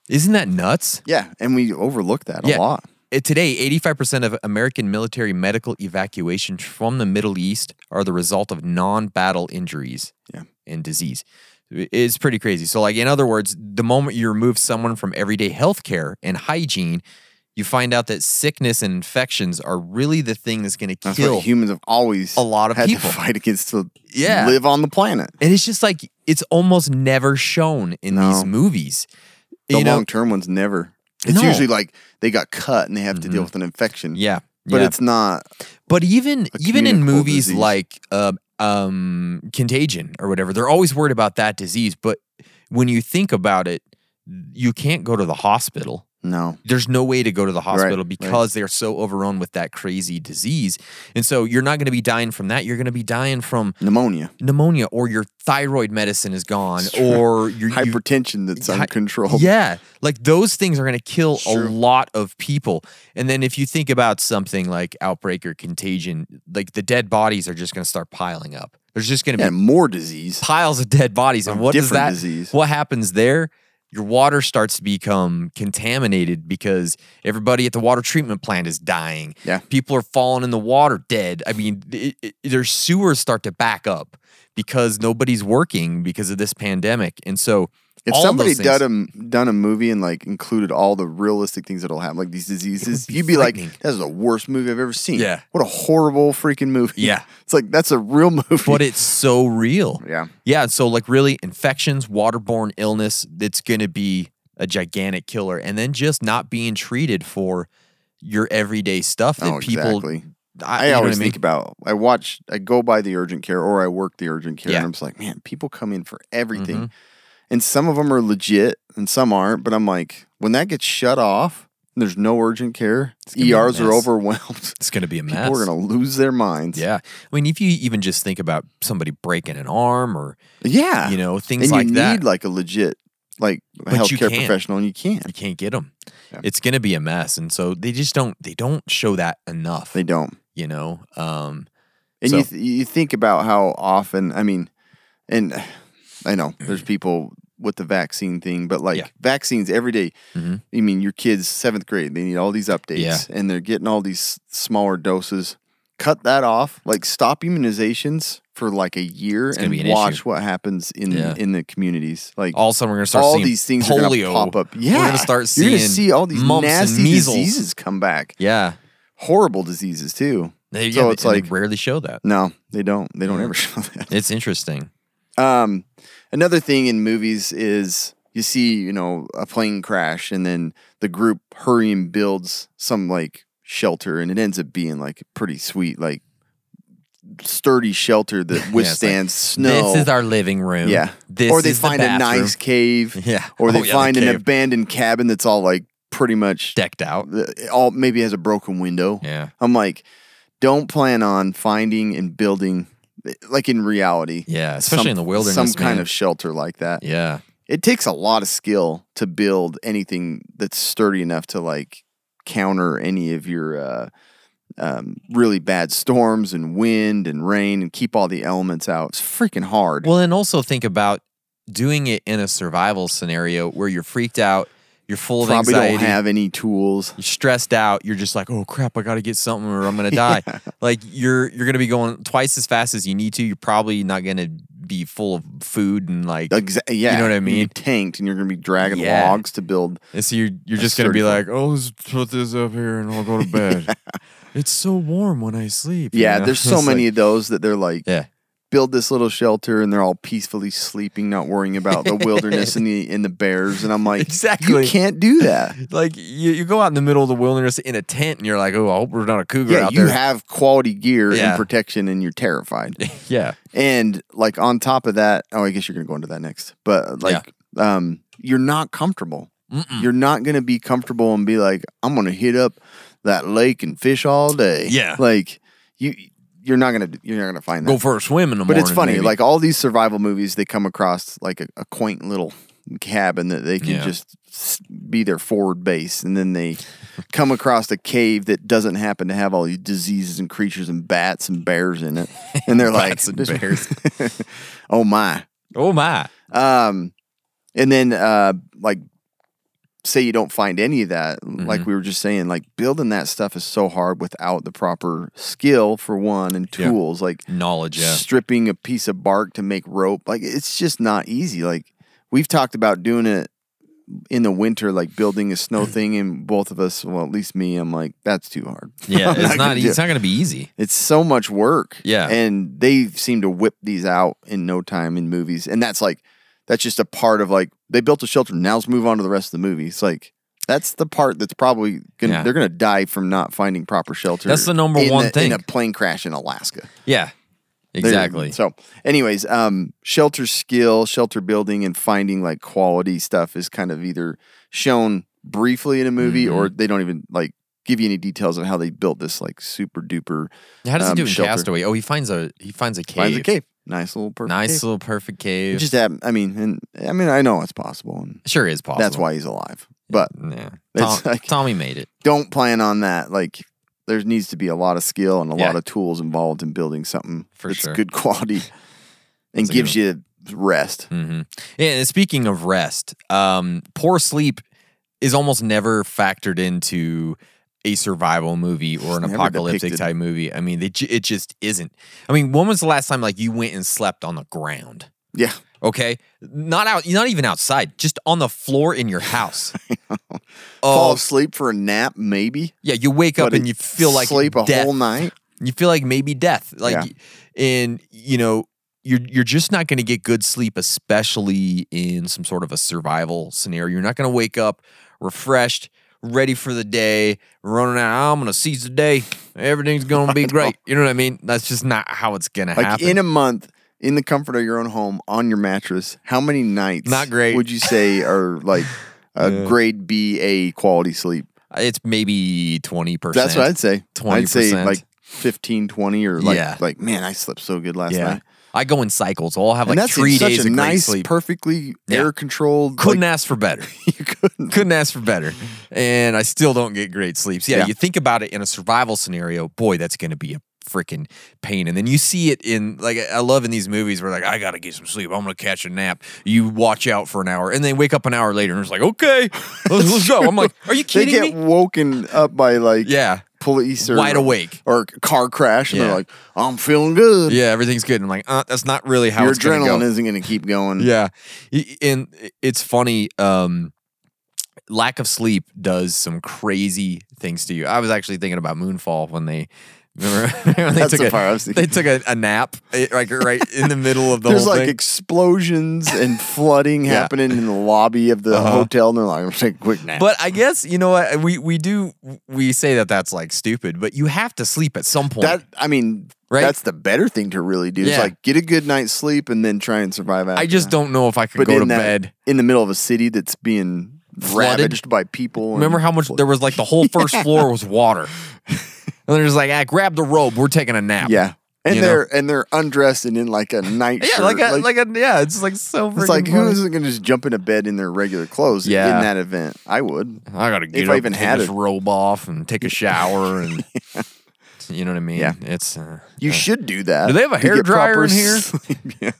Isn't that nuts?
yeah and we overlook that a lot
Uh, Today, 85% of American military medical evacuations from the Middle East are the result of non battle injuries
Yeah.
and disease. It's pretty crazy. So, like, in other words, the moment you remove someone from everyday healthcare and hygiene, you find out that sickness and infections are really the thing that's going to
that's
kill
what humans have always
a lot of
had
people.
to fight against to
Yeah.
live on the planet
And it's just like, it's almost never shown in these
No.
movies.
the
You know-
long term ones never it's
No. Mm-hmm.
usually like they got cut and they have to deal with an infection
yeah.
but
yeah.
it's not
But even
A
even in
communicable
movies
disease.
like um, um, Contagion or whatever, they're always worried about that disease. But when you think about it, you can't go to the hospital.
no
There's no way to go to the hospital
right.
because they're so overrun with that crazy disease. And so you're not going to be dying from that. You're going to be dying from
pneumonia
pneumonia or your thyroid medicine is gone or your
hypertension that's
Hy-
uncontrolled
yeah, like those things are going to kill a
Sure.
lot of people. And then if you think about something like outbreak or contagion, like the dead bodies are just going to start piling up. There's just going to
and
be
more disease
piles of dead bodies, and
Of
what does
different
that?
disease.
What happens there? Your water starts to become contaminated because everybody at the water treatment plant is dying.
Yeah.
people are falling in the water dead. I mean, it, it, their sewers start to back up because nobody's working because of this pandemic, and so.
If
all of
somebody
those things-
done a, done a movie and like included all the realistic things that'll happen, like these diseases,
be
you'd be like,
frightening.
"That is the worst movie I've ever seen."
Yeah.
what a horrible freaking movie.
Yeah.
it's like that's a real movie.
but it's so real.
Yeah.
Yeah. So, like, really, infections, waterborne illness, that's going to be a gigantic killer. And then just not being treated for your everyday stuff that
oh,
people.
exactly.
you
I
know what
always
mean?
think about. I watch. I go by the urgent care, or I work the urgent care,
Yeah. Mm-hmm.
and I'm just like, man, people come in for everything, and some of them are legit, and some aren't. But I'm like, when that gets shut off, and there's no urgent care.
gonna be a
ERs are
mess.
overwhelmed.
it's going to be a mess.
People are gonna lose their minds.
yeah. I mean, if you even just think about somebody breaking an arm or
Yeah.
You know,
Ah,
things
and
like
you
that.
need like a legit like
But you
healthcare
can't.
professional and you can't.
you can't get them,
Yeah.
it's going to be a mess. And so they just don't, they don't show that enough,
They don't.
you know? Um,
And
So-
you th- you think about how often, I mean, and I know there's people with the vaccine thing, but like
Yeah. Mm-hmm.
vaccines every day. I mean, your kids 7th grade, they need all these updates
Yeah.
and they're getting all these smaller doses. Cut that off. Like stop immunizations for like a year
gonna
and
be an
watch
issue.
what happens in
Yeah.
in the communities. Like
all of a sudden we're going to start
all
seeing
these things are
polio
gonna pop up. Yeah,
we're going to start seeing
you're gonna see all these
mumps and
nasty
measles.
diseases come back.
Yeah,
Horrible diseases too.
They,
so
yeah,
it's
and
like
they rarely show that.
no, they don't.
Mm-hmm.
They don't ever show that.
It's interesting.
Um, another thing in movies is you see, you know, a plane crash and then the group hurry and builds some like shelter and it ends up being like a pretty sweet, like sturdy shelter that withstands snow.
This is our living room.
yeah.
This
or they
is the
find a
bathroom,
nice cave.
Yeah.
Or they
Oh, yeah, the
find an
cave.
abandoned cabin that's all like pretty much
decked out.
the- all maybe has a broken window.
Yeah.
I'm like, don't plan on finding and building like in reality.
Yeah, especially in the wilderness,
Some kind
man.
of shelter like that.
Yeah.
It takes a lot of skill to build anything that's sturdy enough to like counter any of your uh, um, really bad storms and wind and rain and keep all the elements out. It's freaking hard.
Well, and also think about doing it in a survival scenario where you're freaked out, you're full of
Probably
anxiety,
don't have any tools.
you're stressed out, you're just like, oh crap, I gotta get something or I'm gonna die. Like you're you're gonna be going twice as fast as you need to. You're probably not gonna be full of food and like
Exactly. Yeah,
You know what I
You're gonna be
mean?
tanked, and you're going to be dragging
Yeah.
logs to build.
and so you're you're just
That's
gonna be like,
sturdy
oh let's put this up here and I'll go to bed. It's so warm when I sleep. you
Yeah,
know?
there's so
It's like-
many of those that they're like,
Yeah.
build this little shelter and they're all peacefully sleeping, not worrying about the wilderness and the and the bears. And I'm like,
Exactly.
you can't do that.
Like you, you go out in the middle of the wilderness in a tent and you're like, oh, I hope we're not a cougar
yeah,
out
you
there.
have quality gear
Yeah.
and protection, and you're terrified.
yeah.
and like on top of that, oh, I guess you're gonna go into that next. But like, um, you're not comfortable. You're not gonna be comfortable and be like, I'm gonna hit up that lake and fish all day.
Yeah.
like you, you're not gonna you're not gonna find that.
Go for a swim in the
But
morning.
it's funny,
maybe.
like all these survival movies, they come across like a, a quaint little cabin that they can
Yeah.
just s- be their forward base, and then they come across a cave that doesn't happen to have all these diseases and creatures and bats and bears in it, and they're like,
Bats and
"This- oh my!"
oh my.
Um, and then uh, like say you don't find any of that,
Mm-hmm.
like we were just saying, like building that stuff is so hard without the proper skill for one and
Yeah.
tools, like
Knowledge, yeah.
stripping a piece of bark to make rope. Like it's just not easy. Like we've talked about doing it in the winter, like building a snow thing, and both of us, well, at least me, I'm like, that's too hard.
Yeah,
I'm
it's not e,
gonna do
it's
it.
not gonna be easy.
It's so much work.
Yeah.
And they seem to whip these out in no time in movies. And that's like, that's just a part of like, they built a shelter. Now let's move on to the rest of the movie. It's like, that's the part that's probably gonna,
Yeah.
they're gonna die from not finding proper shelter.
That's the number
in
one
the- in
thing.
a plane crash in Alaska.
Yeah.
There-
Exactly.
So, anyways, um, shelter skill, shelter building, and finding like quality stuff is kind of either shown briefly in a movie or
Mm-hmm.
they don't even like give you any details of how they built this like super duper.
How does he
um,
do in
shelter.
Castaway? Oh, he finds a he finds a cave.
Finds a cave. Nice little perfect.
Nice
cave.
little perfect
It
cave.
just happened. I mean, and I mean, I know it's possible, and
sure is possible.
that's why he's alive. But
Yeah.
It's
Tom,
like-
Tommy made it.
don't plan on that. Like, there needs to be a lot of skill and a lot
Yeah.
of tools involved in building something
For
that's
sure.
good quality and
That's a good
gives you rest.
hmm And speaking of rest, um, poor sleep is almost never factored into a survival movie or an
never
apocalyptic
depicted.
type movie. I mean, they, ju- it just isn't. I mean, when was the last time like you went and slept on the ground?
Yeah.
Okay, not out, not even outside, just on the floor in your house.
fall
oh,
asleep for a nap, maybe.
yeah, you wake up
but
and you feel like
sleep a
death.
whole night.
You feel like maybe death, like, and you know, you're you're just not going to get good sleep, especially in some sort of a survival scenario. You're not going to wake up refreshed, ready for the day, running out. I'm going to seize the day. Everything's going to be great. You know what I mean? That's just not how it's going to
Like
happen.
in a month, in the comfort of your own home, on your mattress, how many nights?
Not great.
Would you say are like a grade B A quality sleep?
it's maybe twenty percent.
That's what I'd say. I'd say
20%.
like 15, 20 or like
Yeah.
like man, I slept so good last night.
I go in cycles. I'll have like
and that's
three
such
days
a
of great
nice,
sleep.
perfectly
Yeah.
air controlled.
couldn't ask for better.
you couldn't.
couldn't ask for better. And I still don't get great sleeps. Yeah,
Yeah.
you think about it in a survival scenario, boy, that's going to be a freaking pain. And then you see it in like I love in these movies where like I got to get some sleep. I'm going to catch a nap. You watch out for an hour and they wake up an hour later and it's like, "Okay, let's, let's go." I'm like, "Are you
They
kidding
get
me?"
woken up by like
Yeah.
police or
Wide awake.
or car crash, and
Yeah.
they're like, "I'm feeling good."
Yeah, everything's good. And I'm like, uh, that's not really how
Your
it's going to
adrenaline
go.
isn't going to keep going.
Yeah. I- And it's funny. Um, lack of sleep does some crazy things to you. I was actually thinking about Moonfall when they Remember when they
That's
took
the
a,
part I was thinking.
they took a, a nap eh, like right in the middle of the
There's
whole
like
thing.
explosions and flooding
Yeah. Uh-huh.
happening in the lobby of the hotel, and they're like, "I'm gonna take a quick nap."
but I guess you know what we we do we say that that's like stupid, but you have to sleep at some point.
that I mean,
Right?
that's the better thing to really do. It's
Yeah.
like get a good night's sleep and then try and survive. After
I just
that.
don't know if I could
But
go
in
to
that,
bed.
in the middle of a city that's being
Flooded?
ravaged by people. and-
Remember how much there was like the whole first floor was water, and they're just like, ah, grab the robe, we're taking a nap.
Yeah, and
You know?
they're and they're undressed and in like a nightshirt.
yeah, like a, like, a yeah, it's like so.
it's like
freaking
who
funny.
isn't going to just jump into bed in their regular clothes?
Yeah.
in that event, I would.
I gotta get
If
up,
I
I
even
take
had
this
it.
robe off, and take a shower, and you know what I mean.
Yeah.
it's uh,
You should do that.
Do they have a
to get
hair dryer
proper
in here?
sleep. yeah.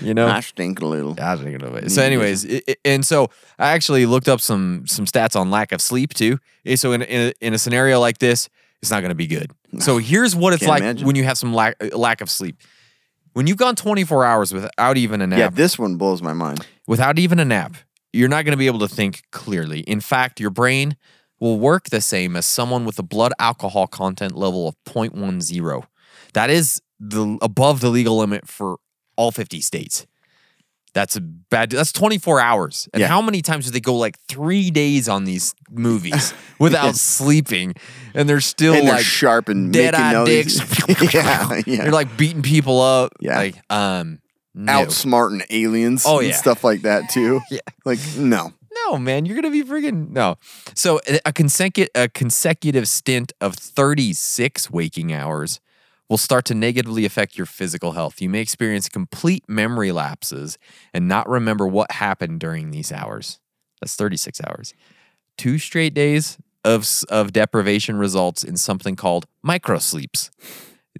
you know.
I stink a little.
I was thinking of it. So, anyways, i i- and so I actually looked up some some stats on lack of sleep too. Eh, So, in in a, in a scenario like this, it's not going to be good. So, here's what it's
Can't
like
imagine.
when you have some lack uh, lack of sleep. When you've gone 24 hours without even a nap,
Yeah, this one blows my mind.
without even a nap, you're not going to be able to think clearly. In fact, your brain will work the same as someone with a blood alcohol content level of 0.10. That is the above the legal limit for all 50 states. That's a bad. That's 24 hours. And
Yeah.
how many times do they go like three days on these movies without sleeping, and they're still
and they're
like
sharp and
dead
making
eye
noise.
dicks.
yeah, yeah.
They're like beating people up.
Yeah.
Like um. No.
outsmarting aliens
Oh,
and
yeah.
stuff like that too.
Yeah.
Like no.
No, man, you're gonna be friggin' no. So a- a consecutive a consecutive stint of 36 waking hours will start to negatively affect your physical health. You may experience complete memory lapses and not remember what happened during these hours. That's 36 hours. Two straight days of s- of deprivation results in something called microsleeps.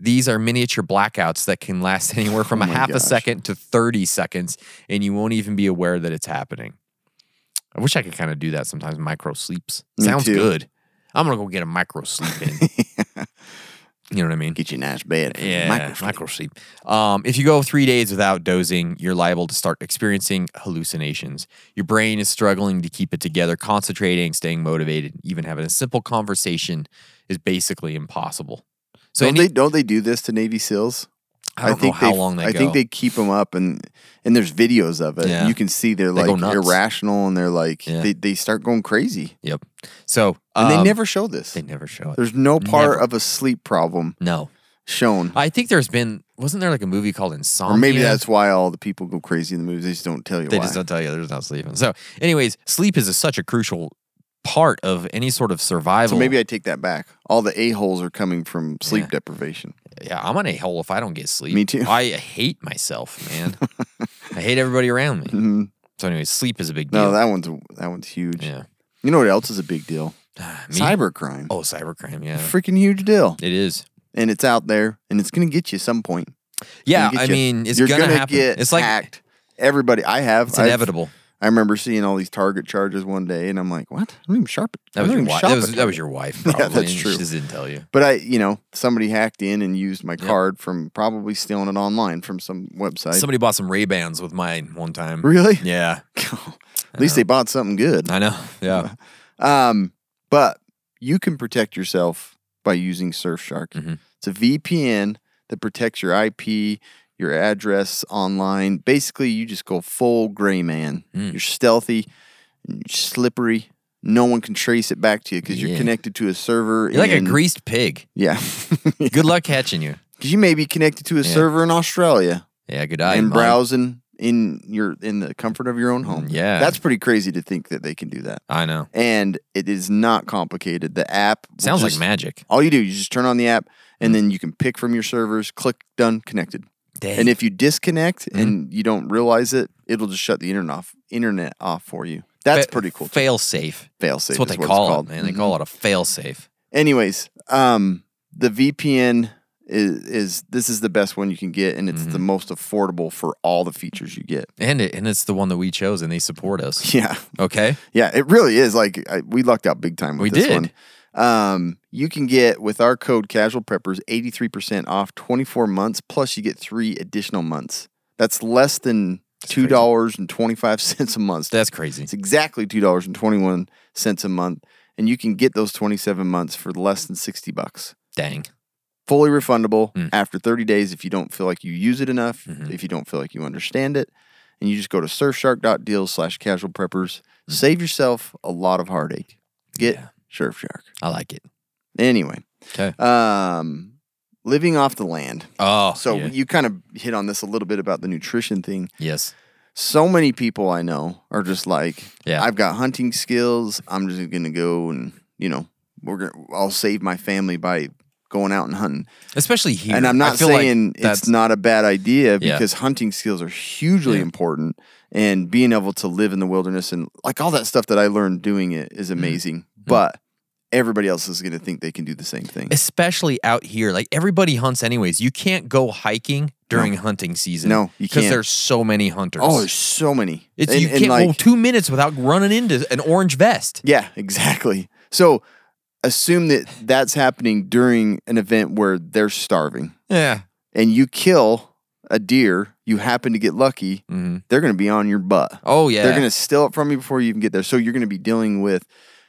These are miniature blackouts that can last anywhere from
Oh
a
my
half a
gosh.
second to 30 seconds and you won't even be aware that it's happening. I wish I could kind of do that sometimes. Micro sleeps
Me
sounds
too.
good. I'm gonna go get a micro sleep in. you know what I mean?
Get you a nice bed.
Yeah,
Microphone.
micro sleep. Um, if you go three days without dozing, you're liable to start experiencing hallucinations. Your brain is struggling to keep it together, concentrating, staying motivated, even having a simple conversation is basically impossible. So
don't
any,
they don't they do this to Navy SEALs?
I don't know how
they,
long they
I
go.
think they keep them up and and there's videos of it.
Yeah.
You can see they're
They go
like
nuts.
irrational and they're like
Yeah.
they, they start going crazy.
Yep. So
And they
um,
never show this.
they never show it.
There's no part
Never.
of a sleep problem
No.
shown.
I think there's been wasn't there like a movie called Insomnia?
or maybe that's why all the people go crazy in the movies. They just don't tell you
Um, They
why.
just don't tell you there's no sleeping. So, anyways, sleep is a, such a crucial part of any sort of survival.
so maybe I take that back. All the a holes are coming from sleep deprivation.
yeah, I'm on a hole if I don't get sleep.
Me too.
I hate myself, man. I hate everybody around me. So, anyways, sleep is a big deal.
Mm-hmm. No, that one's that one's huge.
yeah. Ah,
You know what else is a big deal?
Me-
Cybercrime.
Oh, cybercrime. Yeah,
freaking huge deal.
it is.
And it's out there and it's going to get you some point.
Yeah,
Gonna
I
get you.
mean, it's
You're
gonna, happen.
Get
it's like
hacked. everybody. I have.
it's
I've-
inevitable.
I remember seeing all these target charges one day, and I'm like, "What? I don't even sharp. I
That was
don't
your
even
wife.
shop
That was,
at
that
Target."
was your wife.
Yeah,
Probably.
that's
and
true.
She just didn't tell you.
But I, you know, somebody hacked in and used my card from probably stealing it online from some website.
Somebody bought some Ray Bans with mine one time.
really?
Yeah,
At least they bought something good.
I know. Yeah.
Um, but you can protect yourself by using Surfshark.
Mm-hmm.
It's a VPN that protects your IP, your address online. Basically, you just go full gray man.
Mm.
You're stealthy, and you're slippery. No one can trace it back to you because
Yeah.
you're connected to a server.
You're like a
in-
greased pig.
Yeah. Because
Good luck catching you.
you may be connected to a
Yeah.
server in Australia
Yeah, good eye.
and
Mike.
browsing in your in the comfort of your own home.
Mm, Yeah.
That's pretty crazy to think that they can do that.
I know.
and it is not complicated. The app will
Sounds
just-
like magic. Mm.
All you do, you just turn on the app, and then you can pick from your servers. Click done, connected.
Dang. Mm-hmm.
And if you disconnect and you don't realize it, it'll just shut the internet off. Internet off for you. That's
Fa-
pretty cool.
Fail safe.
Fail safe.
That's what they
is it's
call it,
called. Mm-hmm.
man. They call it a fail safe.
Anyways, um, the VPN is, is this is the best one you can get, and it's the
Mm-hmm.
most affordable for all the features you get.
And it, and it's the one that we chose, and they support us.
Yeah.
Okay.
Yeah, it really is. Like I, we lucked out big time with
We
this
did.
one. Um, you can get with our code Casual Preppers eighty three percent off twenty four months. Plus, you get three additional months. That's less than two dollars and twenty five cents a month.
That's crazy.
it's exactly two dollars and twenty one cents a month, and you can get those twenty seven months for less than sixty bucks.
Dang.
fully refundable
Mm.
after 30 days if you don't feel like you use it enough,
Mm-hmm.
if you don't feel like you understand it. And you just go to surfshark.deals slash casual preppers.
Mm.
Save yourself a lot of heartache. Get Surfshark.
I like it.
Anyway,
Okay.
um, living off the land.
oh,
So
yeah.
you kind of hit on this a little bit about the nutrition thing.
yes,
So many people I know are just like,
Yeah.
I've got hunting skills. I'm just gonna go and you know, we're gonna I'll save my family by going out and hunting.
especially here.
And I'm
I
not
feel like
saying
that's-
it's not a bad idea
Yeah.
because hunting skills are hugely
Yeah.
important and being able to live in the wilderness and like all that stuff that I learned doing it is
Mm-hmm.
amazing. But everybody else is gonna think they can do the same thing.
especially out here. Like everybody hunts anyways. You can't go hiking during hunting season.
No, you
because
can't.
there's so many hunters.
Oh, there's so many.
it's
And-
you
and
can't go
like-
two minutes without running into an orange vest.
Yeah, exactly. So assume that that's happening during an event where they're starving
Yeah.
and you kill a deer, you happen to get lucky,
Mhm.
they're going to be on your butt.
Oh yeah.
They're going to steal it from you before you even get there. So you're going to be dealing with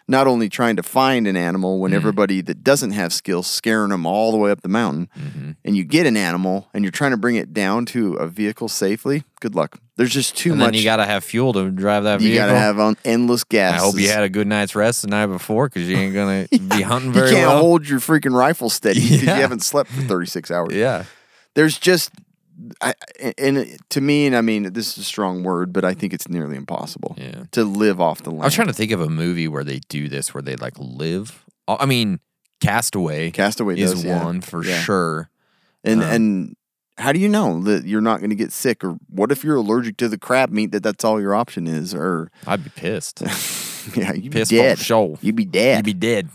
not only trying to find an animal
Mm-hmm.
when everybody that doesn't have skills scaring them all the way up the mountain,
Mm-hmm.
and you get an animal and you're trying to bring it down to a vehicle safely. Good luck. There's just too
and
much.
then you gotta have fuel to drive that
you
vehicle.
gotta have on endless gas.
I hope you had a good night's rest the night before because you ain't gonna be hunting very
you can't
well.
hold your freaking rifle steady because
Yeah.
you haven't slept for 36 hours.
yeah.
There's just, I, and it- to me, and I mean, this is a strong word, but I think it's nearly impossible
Yeah.
to live off the land.
I was trying to think of a movie where they do this, where they like live. I mean, Castaway.
Castaway
is
does, yeah.
one for
Yeah.
sure.
and
Uh-huh.
and how do you know that you're not going to get sick, or what if you're allergic to the crab meat that that's all your option is, or
I'd be pissed.
yeah, you'd
Pissed for
be dead.
sure.
You'd be dead.
You'd be dead.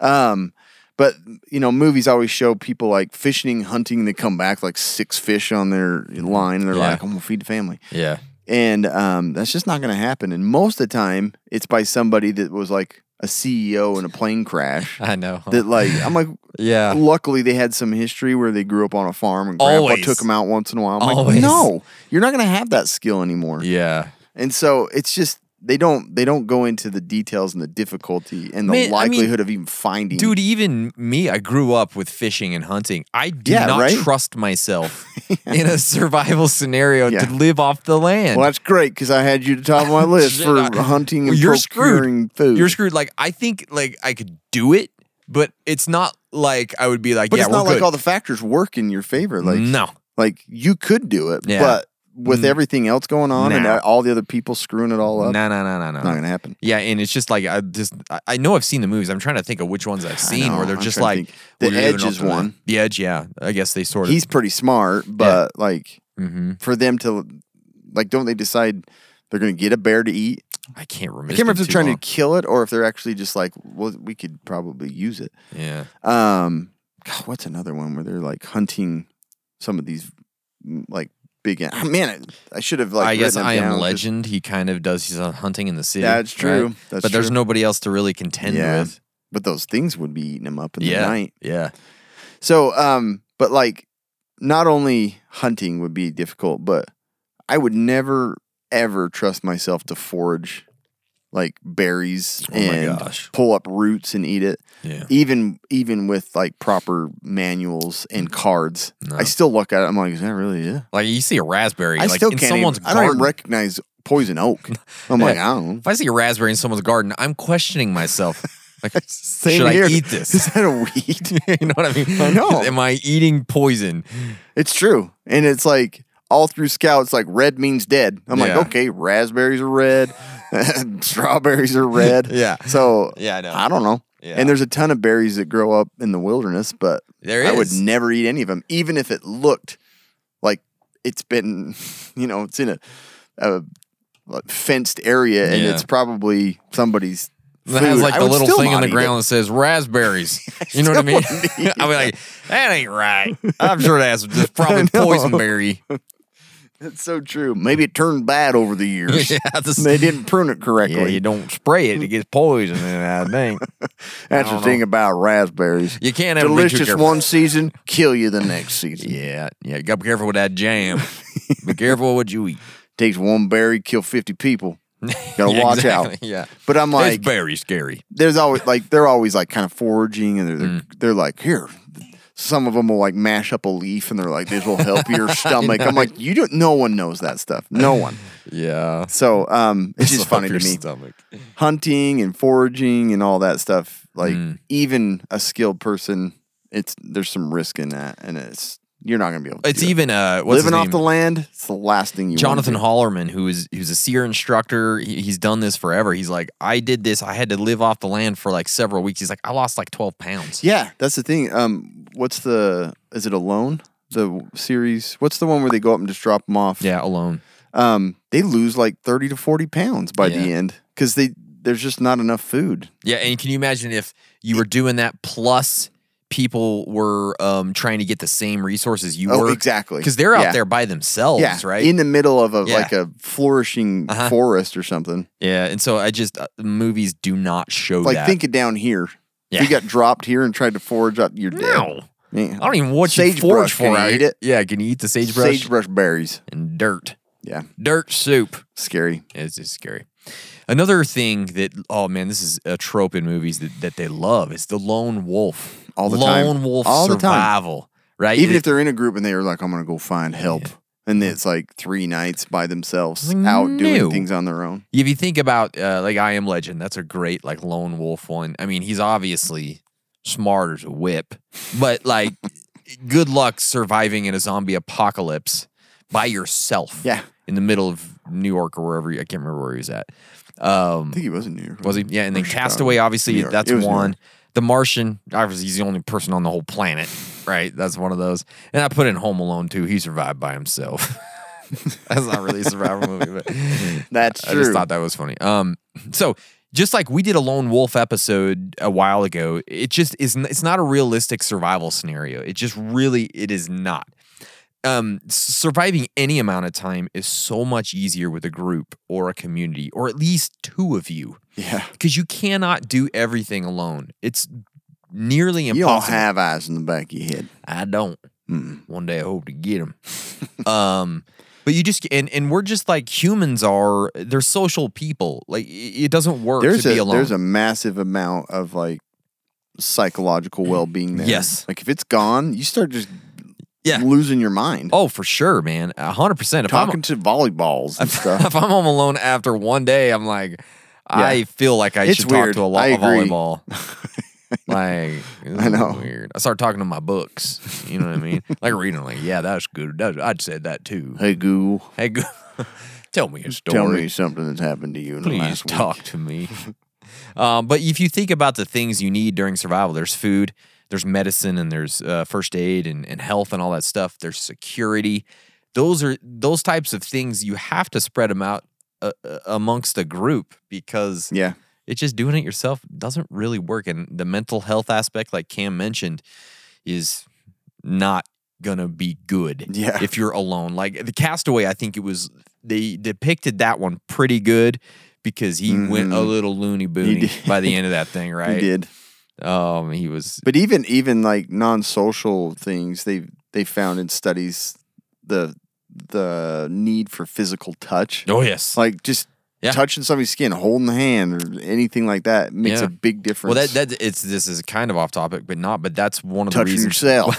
Um, but you know, movies always show people like fishing, hunting, and they come back like six fish on their line, and they're
Mm-hmm. Yeah.
like, "I'm gonna feed the family,"
Yeah.
and um, that's just not gonna happen. And most of the time, it's by somebody that was like a CEO in a plane crash.
I know.
that like I'm like,
Yeah.
Luckily, they had some history where they grew up on a farm, and Grandpa
Always.
took them out once in a while. I'm
Always.
like, no, you're not gonna have that skill anymore.
yeah.
And so it's just. They don't. They don't go into the details and the difficulty and the
Man, I mean,
likelihood of even finding.
Dude, even me, I grew up with fishing and hunting. I do
Yeah,
not
right?
trust myself in a survival scenario
Yeah.
to live off the land.
Well, that's great because I had you to top of my list
Shit,
for
I-
hunting and
You're
procuring
screwed.
food.
You're screwed. Like I think like I could do it, but it's not like I would be like,
But
yeah,
it's not
we're
like
good.
all the factors work in your favor. Like
no.
like you could do it,
Yeah. Mm.
but with everything else going on and
Nah.
all the other people screwing it all
No,
up,
no, no, no, no.
it's not gonna happen.
Yeah, and it's just like I just I- I know I've seen the movies. I'm trying to think of which ones I've seen
know,
where they're
I'm
just
trying
like
to think. The
we're living
Edge
off
is
the land.
one.
The Edge, yeah. I guess they sort of
He's pretty smart, but like
hmm
for them to like, don't they decide they're gonna get a bear to eat?
I can't remember.
I can't remember if they're
too
trying
long.
to kill it or if they're actually just like, well, we could probably use it.
Yeah.
Um, God, what's another one where they're like hunting some of these mm, like big an- man? I, I should have like.
I guess
written them
I am
down, 'cause-
legend. He kind of does. He's on hunting in the city.
That's true.
right?
That's
but there's
true.
nobody else to really contend
Yeah,
with.
but those things would be eating them up in
Yeah.
the night.
Yeah.
So, um, but like, not only hunting would be difficult, but I would never ever trust myself to forage like berries
Oh my
and
gosh.
pull up roots and eat it.
Yeah.
Even even with like proper manuals
Mm.
and cards, I still look at it. I'm like, is that really it?
Like you see a raspberry.
I
like
still
in
can't. even-
someone's
I don't
garden.
even recognize poison oak. I'm like, I don't. know.
if I see a raspberry in someone's garden, I'm questioning myself. Like,
Same
should
here.
I eat this?
Is that a weed?
you know what I mean?
I know.
Am I eating poison?
it's true, and it's like all through scouts, like red means dead. I'm
Yeah.
like, okay, raspberries are red, strawberries are red.
Yeah.
So
Yeah, I know.
don't know.
Yeah.
And there's a ton of berries that grow up in the wilderness, but
There
I would
is.
never eat any of them, even if it looked like it's been, you know, it's in a, a like, fenced area and
Yeah.
it's probably somebody's.
That has
food.
like
I
the
would
little
still
thing on
not
the
eat it.
ground that says raspberries. You know what I mean? I'll be like, that ain't right. I'm sure that's just probably
know.
poisonberry.
That's so true. Maybe it turned bad over the years.
Yeah, this-
they didn't prune it correctly.
Yeah, you don't spray it; it gets poison. And I think
That's
I
the
don't
thing about raspberries.
you can't have to be too
Delicious
careful.
one season, kill you the next season.
Yeah, yeah. You gotta be careful with that jam. be careful what you eat.
Takes one berry, kill fifty people. Gotta
Yeah,
watch out.
exactly, Yeah,
But I'm like,
it's very scary. Mm.
there's always like they're always like kind of foraging and they're they're, they're like here some of them will like mash up a leaf and they're like, this will help your stomach. I'm like, you don't, no one knows that stuff. No one.
Yeah.
So um, it's just
Help
funny to
your
me.
Stomach.
Hunting and foraging and all that stuff. Like
Mm.
even a skilled person, it's there's some risk in that, and it's you're not gonna be able. to
It's
do it.
even uh, what's
living
his
off
name?
the land. It's the last thing you. wanna
Jonathan
do.
Hollerman, who is who's a seer instructor, he, he's done this forever. He's like, I did this. I had to live off the land for like several weeks. He's like, I lost like twelve pounds.
Yeah, that's the thing. Um, what's the? Is it alone? The series. What's the one where they go up and just drop them off?
yeah alone.
Um, they lose like thirty to forty pounds by the
Yeah.
end because they there's just not enough food.
Yeah, and can you imagine if you were doing that plus people were um, trying to get the same resources you
Oh,
were
exactly.
because they're out
Yeah.
there by themselves,
yeah,
right?
In the middle of a
Yeah.
like a flourishing
Uh-huh.
forest or something.
yeah, and so I just uh, movies do not show
Like
that.
think it down here.
Yeah.
You got dropped here and tried to forage up. You're
no,
dead.
I don't even want you to
Sagebrush,
forage for
can you
out
eat
here.
it?
Yeah, can you eat the sagebrush
Sagebrush berries.
and dirt?
Yeah,
Dirt soup.
scary.
It's just scary. Another thing that oh man, this is a trope in movies that, that they love is the lone wolf.
All the
lone
time.
wolf
All the time.
survival. Right?
Even if
It-
they're in a group and they're like, I'm gonna go find help. And it's like three nights by themselves
Like,
out
no.
doing things on their own.
if you think about uh, like I Am Legend, that's a great like lone wolf one. I mean, he's obviously smart as a whip, but like good luck surviving in a zombie apocalypse by yourself.
Yeah.
In the middle of New York or wherever you- I can't remember where he was at. Um
I think he was in New York.
Was he? Yeah, and then
Or Chicago.
Castaway,
Mm, New
obviously,
York.
that's
It was New
one.
York.
The Martian, obviously, he's the only person on the whole planet, right? That's one of those. And I put in Home Alone too. He survived by himself. that's not really a survival movie, but
That's
I
true.
just thought that was funny. Um, so just like we did a lone wolf episode a while ago, it just is. n- It's not a realistic survival scenario. It just really, it is not. Um, s- surviving any amount of time is so much easier with a group or a community, or at least two of you
yeah.
because you cannot do everything alone. It's nearly
You
impossible.
don't have eyes in the back of your head.
I don't.
Mm.
One day I hope to get them. um, but you just and and we're just like humans are. They're social people. Like it, it doesn't work
There's
to be
a
alone.
there's a massive amount of like psychological well being there.
Mm. Yes.
Like if it's gone, you start just
Yeah.
losing your mind.
oh, for sure, man. A hundred percent. If
Talking
I'm
to volleyballs and stuff.
if I'm home alone after one day, I'm like, I
Yeah.
feel like I
It's
should
weird.
talk to a, lo-
I
a
agree.
volleyball. Like this
I
is
know.
weird. I start talking to my books. You know what I mean? like reading, like yeah, that's good. That's, I'd said that too.
hey Google,
Hey, go- tell me a story.
tell me something that's happened to you in the
Please
last
talk
week.
to me. um, but if you think about the things you need during survival, there's food, there's medicine, and there's uh, first aid and, and health and all that stuff. There's security. Those are those types of things you have to spread them out uh, uh, amongst a group because
Yeah.
it's just doing it yourself doesn't really work. And the mental health aspect, like Cam mentioned, is not gonna be good
Yeah.
if you're alone. Like the Castaway, I think it was they depicted that one pretty good because he went a
Mhm.
little loony boony
did.
by the end of that thing, right?
He did.
Um, he was
But even even like non-social things, they they found in studies the the need for physical touch,
oh yes,
like just
Yeah.
touching somebody's skin, holding the hand, or anything like that makes
Yeah.
a big difference.
well that that it's this is kind of off topic, but not. But that's one of the
touching
reasons.
yourself.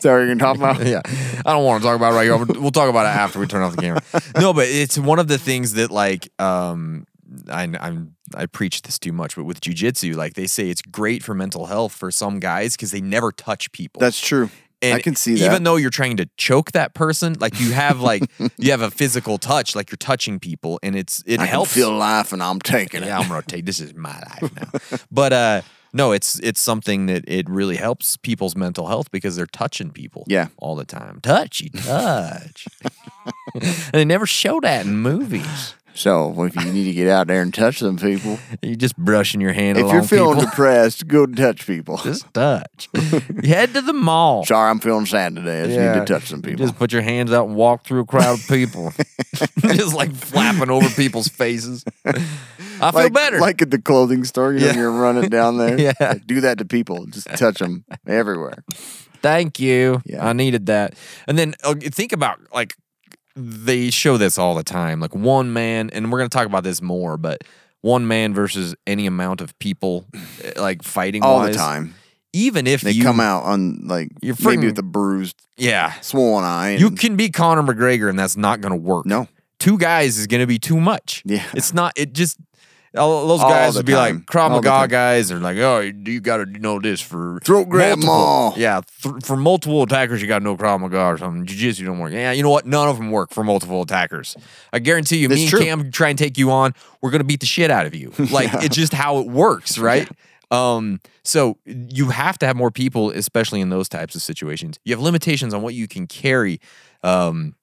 Sorry, you're talking about.
yeah, I don't want to talk about it right here. We'll- We'll talk about it after we turn off the camera. No, but it's one of the things that like um I, I'm I preach this too much, but with jujitsu, like they say it's great for mental health for some guys because they never touch people.
That's true. I can see that.
Even though you're trying to choke that person, like you have like you have a physical touch, like you're touching people, and it's it
I
helps.
can feel life, and I'm taking
yeah,
it.
I'm gonna take this is my life now. But uh no, it's it's something that it really helps people's mental health because they're touching people
Yeah.
all the time. Touch you touch. and they never show that in movies.
So if you need to get out there and touch some people,
You're just brushing your hand
if
along
you're feeling
people.
depressed, go and touch people.
just touch. you head to the mall.
Sorry, I'm feeling sad today. I just
Yeah.
need to touch some people.
Just put your hands out and walk through a crowd of people, just like flapping over people's faces. I feel
like,
better.
Like at the clothing store, you
Yeah.
know, you're running down there.
Yeah.
Like, do that to people. Just touch them everywhere.
Thank you.
Yeah.
I needed that. And then uh, think about like they show this all the time. Like one man, and we're gonna talk about this more, but one man versus any amount of people, uh, like fighting
All
wise.
the time.
even if
They
you
come out on like
You're
maybe
freaking-
with a bruised
yeah,
swollen eye. And,
you can be Conor McGregor, and that's not going to work.
No.
two guys is going to be too much.
Yeah.
it's not. It just all those
All
guys
the
would be
time.
like Krav
All the
Maga
time.
guys are like, oh, you got to know this for
Throat grab 'em
multiple-
all.
Yeah, th- for multiple attackers, you got to know Krav Maga or something. Jiu Jitsu don't work. Yeah, you know what? None of them work for multiple attackers. I guarantee you,
That's
me and
true.
Cam try and take you on. We're gonna beat the shit out of you. Like it's just how it works, right? Um, so you have to have more people, especially in those types of situations. You have limitations on what you can carry. Um,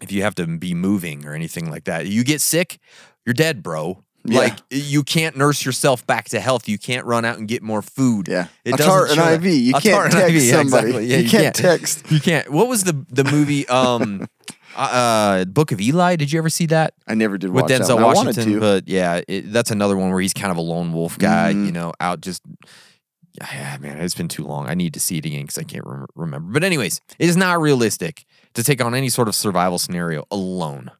if you have to be moving or anything like that. You get sick, you're dead, bro.
Yeah.
Like you can't nurse yourself back to health. You can't run out and get more food.
Yeah.
it
A
doesn't
tar- an
show that.
IV. You
A
can't
tar- an
text
yeah,
somebody.
exactly. Yeah,
You
you,
can't text.
You can't. What was the the movie? Um, uh, Book of Eli. Did you ever see that?
I never did
with
watch that
Denzel
one. I wanted
Washington,
to.
but yeah, it, that's another one where he's kind of a lone wolf guy,
Mm-hmm.
you know, out just. Yeah, man, it's been too long. I need to see it again because I can't rem- remember. But anyways, it is not realistic to take on any sort of survival scenario alone.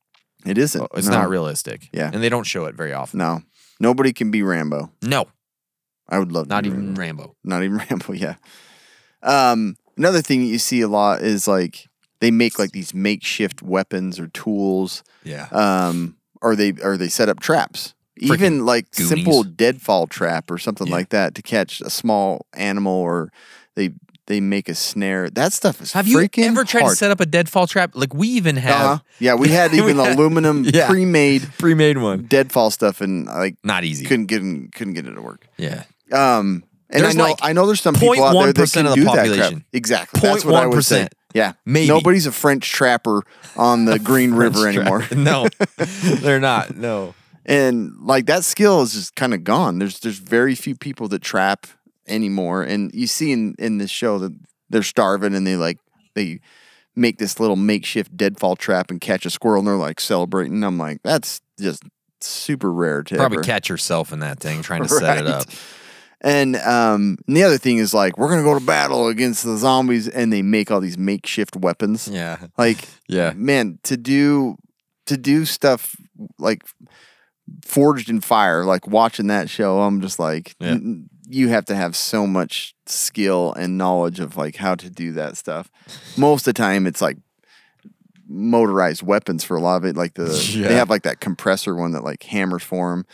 Oh,
it isn't.
It's
Uh, No.
not realistic.
Yeah.
and they don't show it very often.
No. Nobody can be Rambo.
No,
I would love to
not
be
even
Rambo.
Rambo.
Not even Rambo, yeah. Um, another thing that you see a lot is like they make like these makeshift weapons or tools.
Yeah,
Um, or they or they set up traps. Even
Freaking
like
Goonies.
simple deadfall trap or something
Yeah.
like that to catch a small animal or they they make a snare. That stuff is
Have you
freaking
ever tried
hard.
to set up a deadfall trap? Like we even have
Uh-huh. Yeah, we had
We
even
had-
aluminum
Yeah.
pre-made
pre-made one.
deadfall stuff, and like
Not easy.
couldn't get in, couldn't get it to work.
yeah,
Um, and
There's
I know
like
I know there's some people out there that
0.1%
can
of the
do that crap.
population.
Exactly, that's what I would say.
0.1%.
Yeah,
Maybe.
nobody's a French trapper on the Green River anymore,
no, they're not. No.
and like that skill is just kind of gone. There's there's very few people that trap anymore, and you see in in this show that they're starving and they like they make this little makeshift deadfall trap and catch a squirrel, and they're like celebrating. I'm like, that's just super rare to
Probably
ever.
catch yourself in that thing trying to set it
Right.
up.
And um, and the other thing is like we're gonna go to battle against the zombies, and they make all these makeshift weapons.
Yeah.
Like,
Yeah.
man, to do to do stuff like forged in fire, like watching that show, I'm just like,
Yeah.
n- you have to have so much skill and knowledge of like how to do that stuff. Most of the time, it's like motorized weapons for a lot of it. Like the
Yeah.
they have like that compressor one that like hammers for them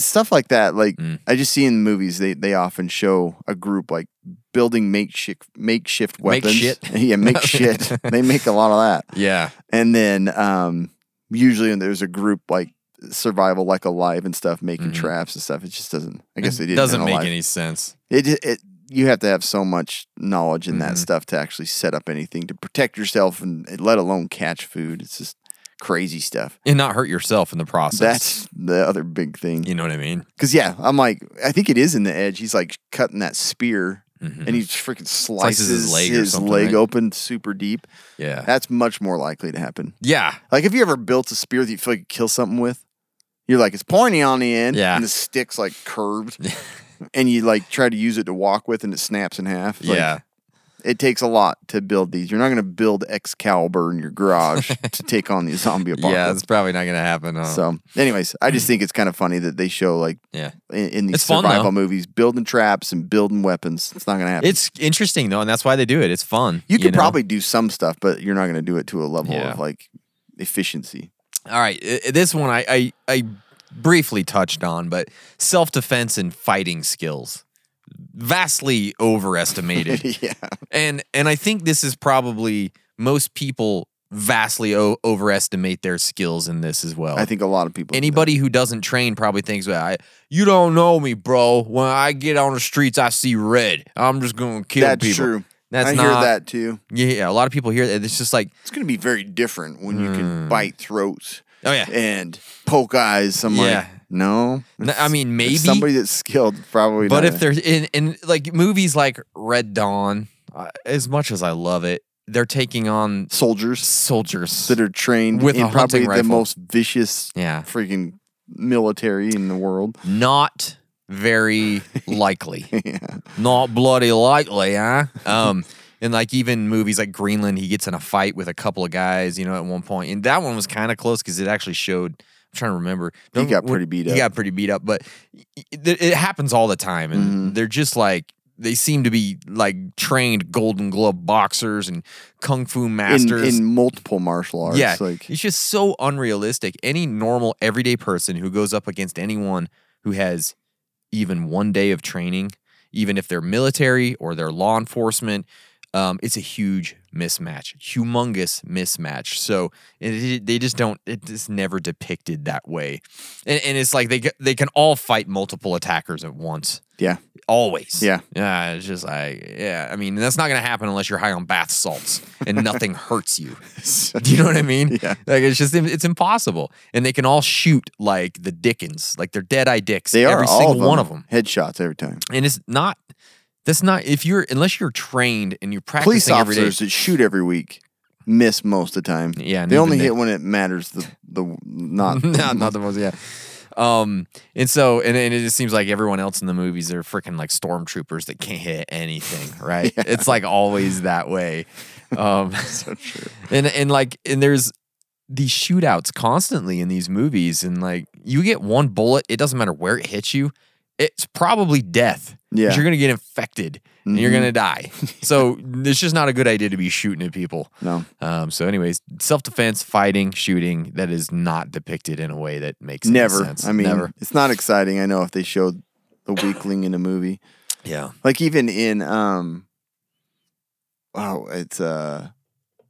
stuff like that. Like
Mm.
I just see in the movies, they they often show a group like building makeshift makeshift
Make
weapons.
shit.
yeah, make shit. They make a lot of that,
Yeah.
and then um, usually when there's a group like survival, like alive and stuff, making traps and stuff. It just doesn't. I guess they didn't.
Mm-hmm. Doesn't
in
make
Alive.
any sense.
It, ju- it you have to have so much knowledge in
Mm-hmm.
that stuff to actually set up anything to protect yourself and and let alone catch food. It's just crazy stuff.
And not hurt yourself in the process.
That's the other big thing.
you know what I mean?
Cause yeah, I'm like, I think it is in the edge. He's like cutting that spear, and he freaking slices,
Mm-hmm.
his
Slices his
leg,
leg or something, right?
open super deep.
Yeah.
That's much more likely to happen.
yeah.
Like, have you ever built a spear that you feel like you kill something with? You're like, it's pointy on the end,
Yeah.
and the stick's like curved, and you like try to use it to walk with, and it snaps in half. Like,
yeah.
it takes a lot to build these. You're not going to build Excalibur in your garage to take on the zombie
Yeah.
apocalypse.
It's probably not going to happen. uh,
so, anyways, I just think it's kind of funny that they show like
yeah.
in, in these
It's fun,
survival
though.
movies, building traps and building weapons. It's not going to happen.
It's interesting, though. And that's why they do it. It's fun.
you could
know?
probably do some stuff, but you're not going to do it to a level
Yeah.
of like efficiency.
All right, i- i- this one I I, I briefly touched on, but self defense and fighting skills vastly overestimated,
yeah,
and and I think this is probably most people vastly o- overestimate their skills in this as well.
I think a lot of people. do that.
Anybody who doesn't train probably thinks, well, I, you don't know me, bro. When I get on the streets, I see red. I'm just gonna kill
That's
people.
true.
That's
I
not-
hear that too.
Yeah, a lot of people hear that. It's just like,
It's going to be very different when you
Hmm.
can bite throats
oh yeah,
and poke eyes. I'm like,
Yeah.
no.
N- I
If-
mean,
if
maybe.
somebody that's skilled probably.
But
not
if
a-
there's in in like movies like Red Dawn, uh, as much as I love it, they're taking on
soldiers
soldiers
that are trained
With
in
a
probably
hunting
the
rifle.
most vicious,
Yeah.
freaking military in the world.
not very likely,
Yeah.
not bloody likely, huh? Um, and like even movies like Greenland, he gets in a fight with a couple of guys, you know, at one point, and that one was kind of close because it actually showed. I'm trying to remember.
He got
Don't-
pretty beat
He
up. Mm-hmm.
got pretty beat up, but it, it happens all the time, and they're just like They seem to be like trained Golden Glove boxers and kung fu
in,
masters.
in multiple martial arts.
yeah,
like
it's just so unrealistic. Any normal everyday person who goes up against anyone who has even one day of training, even if they're military or they're law enforcement, um, it's a huge mismatch, humongous mismatch. So it, it- they just don't. It is never depicted that way, and, and it's like they ca- they can all fight multiple attackers at once.
yeah,
Always.
Yeah.
Yeah. It's just like, yeah. I mean, that's not going to happen unless you're high on bath salts and nothing hurts you. Do you know what I mean?
Yeah.
Like, it's just, it's impossible. And they can all shoot like the Dickens. Like, they're dead eye dicks.
they are
Every
all
single
of them,
one of them.
headshots every time.
And it's not, that's not, if you're, unless you're trained and you're practicing
Police
every day.
officers that shoot every week miss most of the time.
Yeah, and
they
even
only
they-
hit when it matters. The the not
no, not the most, yeah. Um, and so, and, and it just seems like everyone else in the movies are freaking like stormtroopers that can't hit anything, right? It's like always that way. Um, so true. And and like, and there's these shootouts constantly in these movies, and like, you get one bullet, it doesn't matter where it hits you, it's probably death. 'cause
Yeah.
you're gonna get infected and you're
Mhm.
gonna die. So it's just not a good idea to be shooting at people.
no.
Um, so, anyways, self defense, fighting, shooting, that is not depicted in a way that makes any
Never.
sense.
I mean,
never.
it's not exciting. I know if they showed the weakling in a movie,
Yeah.
like even in um, wow, it's uh,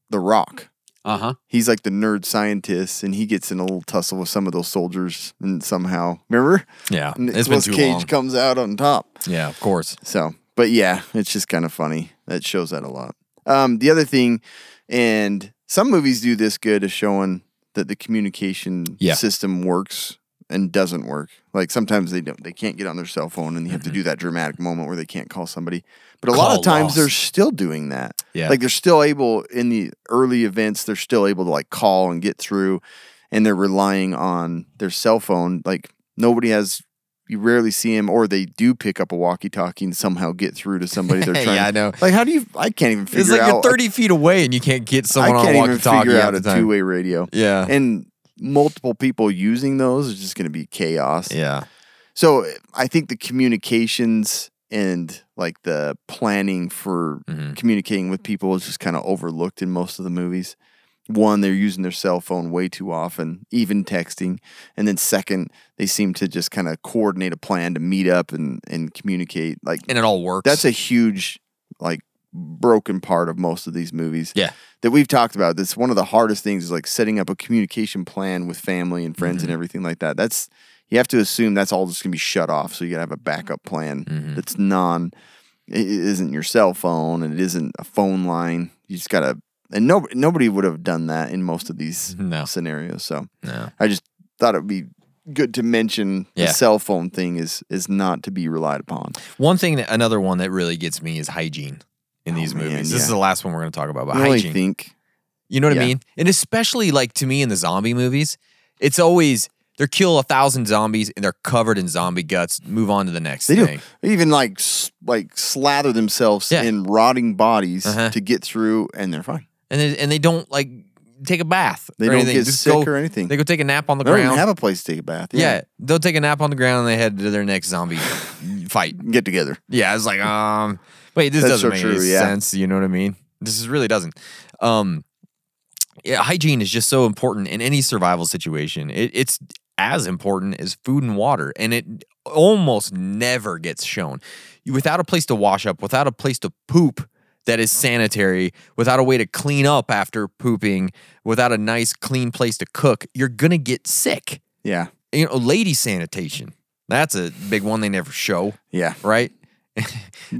The Rock.
Uh huh.
He's like the nerd scientist, and he gets in a little tussle with some of those soldiers, and somehow remember
Yeah. it's been
Nicolas
too
Cage
long.
comes out on top.
yeah, of course.
So, but yeah, it's just kind of funny. That shows that a lot. Um, the other thing, and some movies do this good is showing that the communication
Yeah.
system works and doesn't work. Like sometimes they don't, they can't get on their cell phone, and you have to do that dramatic moment where they can't call somebody. But a lot
Mm-hmm. Call
of times
lost.
they're still doing that.
Yeah.
like they're still able in the early events, they're still able to like call and get through, and they're relying on their cell phone. Like nobody has you rarely see him, or they do pick up a walkie-talkie and somehow get through to somebody they're
Yeah,
trying.
I know.
Like, how do you? I can't even figure
It's like
out.
you're 30 feet away and you can't get
I
someone on
can't
walkie
even
talkie
figure
at
out
the
a
time.
two-way radio.
Yeah.
and multiple people using those is just going to be chaos.
yeah.
So I think the communications and like the planning for
Mm-hmm.
communicating with people is just kind of overlooked in most of the movies. One, they're using their cell phone way too often, even texting. And then second, they seem to just kind of coordinate a plan to meet up and, and communicate. Like
And it all works.
that's a huge like broken part of most of these movies
Yeah.
that we've talked about that's one of the hardest things is like setting up a communication plan with family and friends
Mm-hmm.
and everything like that that's you have to assume that's all just going to be shut off so you got to have a backup plan
Mm-hmm.
that's non it it isn't your cell phone and it isn't a phone line you just got to and no, nobody would have done that in most of these
No.
scenarios so
No.
i just thought it would be good to mention
Yeah.
the cell phone thing is is not to be relied upon
One thing, that, another one that really gets me is hygiene in these
Oh, man,
movies. This is
yeah.
the last one we're going to talk about, but
i really
hygiene.
think
You know what I
Yeah.
mean? And especially like to me in the zombie movies, it's always they kill a thousand zombies and they're covered in zombie guts. Move on to the next
They do.
thing.
They even like s- like slather themselves
Yeah.
in rotting bodies
Uh-huh.
to get through, and they're fine.
And they, and they don't like take a bath.
They
or
don't
anything.
get
Just
sick
go-
or anything.
They go take a nap on the
They don't even
ground.
have a place to take a bath.
yeah. they'll take a nap on the ground and they head to their next zombie fight.
get together.
Yeah, it's like um, wait, this
That's
doesn't
so
make
true,
any
yeah.
sense. You know what I mean? This is really doesn't. Um, yeah, hygiene is just so important in any survival situation. It, it's as important as food and water, and it almost never gets shown. You- Without a place to wash up, without a place to poop that is sanitary, without a way to clean up after pooping, without a nice clean place to cook, you're gonna get sick.
Yeah,
You know, lady sanitation. That's a big one they never show
yeah.
right? And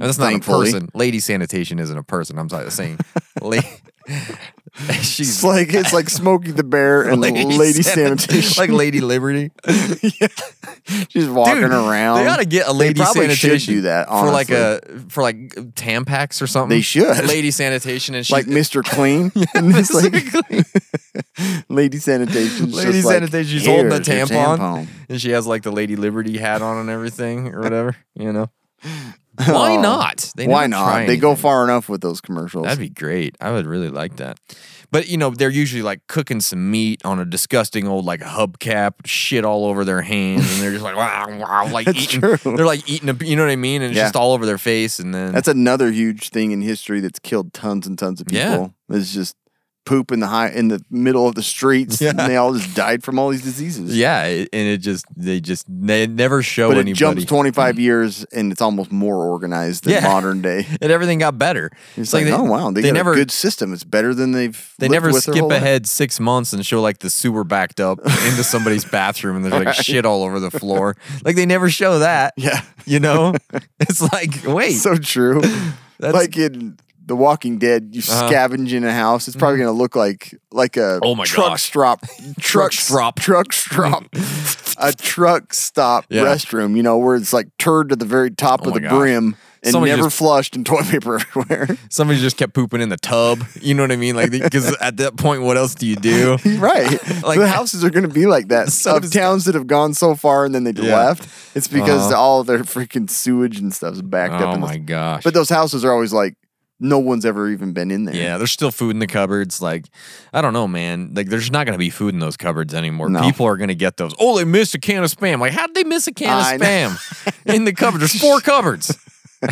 that's not
Thankfully.
a person. Lady sanitation isn't a person. I'm sorry, saying la- she's
It's like it's like Smokey the Bear and Lady,
sanit-
Sanitation.
like Lady Liberty.
she's walking
Dude,
around.
They ought to get a lady
they probably
sanitation.
should do that
for like
honestly.
a for like Tampax or something.
They should.
lady sanitation and she's,
like Mr. Clean. And it's like
basically.
Lady Sanitation.
lady sanitation. She's holding a tampon,
tampon.
and she has like the Lady Liberty hat on and everything or whatever. You know. Why
Oh.
not? They
Why
never
not?
try
They go
anything.
far enough with those commercials.
That'd be great. I would really like that. But you know, they're usually like cooking some meat on a disgusting old like hubcap, shit all over their hands, and they're just like wow, wow, like
That's
eating.
true.
They're like eating, a, you know what I mean? And it's
Yeah.
just all over their face, and then
That's another huge thing in history that's killed tons and tons of
Yeah.
people. Is just poop in the high in the middle of the streets,
Yeah.
and they all just died from all these diseases.
yeah, it, and it just they just they never show
but
anybody. Mm.
it jumps twenty five years, and it's almost more organized than
Yeah.
modern day.
and everything got better.
It's like,
they,
oh wow, they, got
never
a good system. It's better than they've.
They
lived
never
with their
skip
whole life.
ahead six months and show like the sewer backed up into somebody's bathroom and there's like shit all over the floor. Like they never show that.
Yeah.
You know? it's like, wait.
So true.
That's-
like in The Walking Dead, you
Uh-huh. Mm-hmm.
scavenge in a house. It's probably going to look like like a
Oh my
truck
gosh.
stop,
Truck strop.
truck strop, a truck stop
Yeah.
restroom. You know where it's like turd to the very top
Oh
of the
my gosh.
brim and
Somebody
never
just-
flushed and toilet paper everywhere.
somebody just kept pooping in the tub. You know what I mean? Like, because at that point, what else do you do? Oh
right,
Like-
the houses are going to be like that.
So
of
dis-
towns that have gone so far and then they
Yeah.
left, it's because
Uh-huh.
all their freaking sewage and stuff's backed up.
Oh
in the-
my gosh.
But those houses are always like no one's ever even been in there.
yeah, there's still food in the cupboards. Like, I don't know, man. Like, there's not going to be food in those cupboards anymore.
No.
People are going to get those. Oh, they missed a can of spam. Like, how did they miss a can
I
of
know.
spam in the cupboard? There's four cupboards.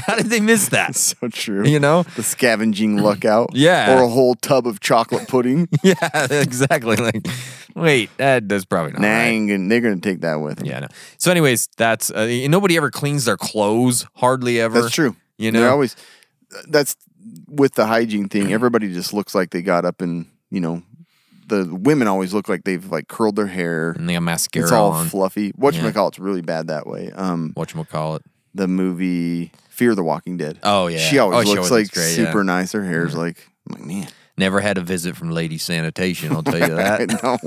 How did they miss that?
So true.
You know?
the scavenging luck out.
Yeah.
Or a whole tub of chocolate pudding.
Yeah, exactly. Like, wait, that that's probably not. right.
Dang, and they're gonna take that with them.
Yeah. No. So, anyways, that's uh, nobody ever cleans their clothes. Hardly ever.
that's true.
You
they're
know?
always that's with the hygiene thing. Everybody just looks like they got up and you know, the women always look like they've like curled their hair.
And they got mascara
It's all
on.
fluffy. Whatchamacallit's really bad that way. Um,
Whatchamacallit.
the movie Fear the Walking Dead.
Oh, yeah.
she always
Oh, she
looks
always
like
looks great,
super
yeah. Mm-hmm.
nice. Her hair's like, I'm like man,
Never had a visit from Lady Sanitation. I'll tell you
I
that.
know.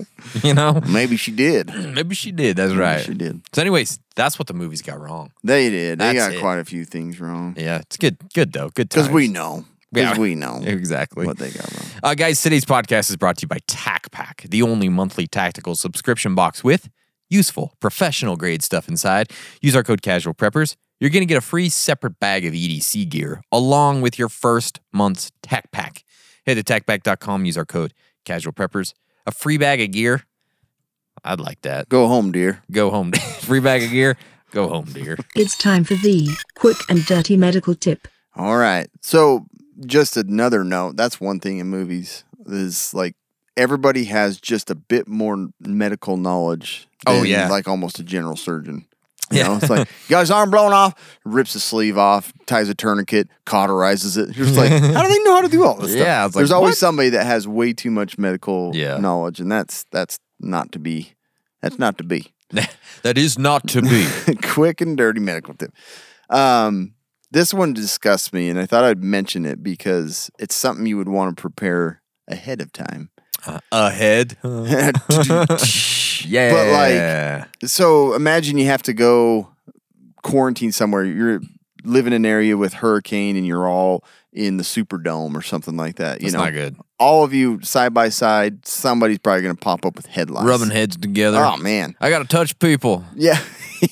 you know,
Maybe she did.
maybe she did. That's
Maybe
right.
she did.
So, anyways, that's what the movies got wrong.
They did. They
That's
got
it.
quite a few things wrong.
Yeah, it's good. Good though. Good times.
Because we know. Because
Yeah.
we know
exactly
what they got wrong.
Uh, guys, today's podcast is brought to you by Tac Pack, the only monthly tactical subscription box with useful, professional grade stuff inside. Use our code Casual Preppers. You're going to get a free separate bag of EDC gear along with your first month's Tac Pack. Head to tacpack.com, use our code Casual Preppers. A free bag of gear. I'd like that.
Go home, dear.
Go home. free bag of gear. Go home, dear.
It's time for the quick and dirty medical tip.
All right. So, just another note. That's one thing in movies is like everybody has just a bit more medical knowledge.
Oh,
than,
yeah.
like almost a general surgeon. You
Yeah.
know, it's like you got his arm blown off, rips his sleeve off, ties a tourniquet, cauterizes it. You're just like, how do they know how to do all this?
Yeah,
stuff?
it's like,
there's always
what?
somebody that has way too much medical
Yeah.
knowledge, and that's that's not to be. That's not to be.
that is not to be.
quick and dirty medical tip. Um, this one disgusts me, and I thought I'd mention it because it's something you would want to prepare ahead of time.
Ahead. yeah.
So imagine you have to go quarantine somewhere. You're living in an area with hurricane, and you're all in the Superdome or something like that. You
That's
know,
not good.
all of you side by side. Somebody's probably going to pop up with headlines.
rubbing heads together.
Oh man,
I gotta touch people.
yeah,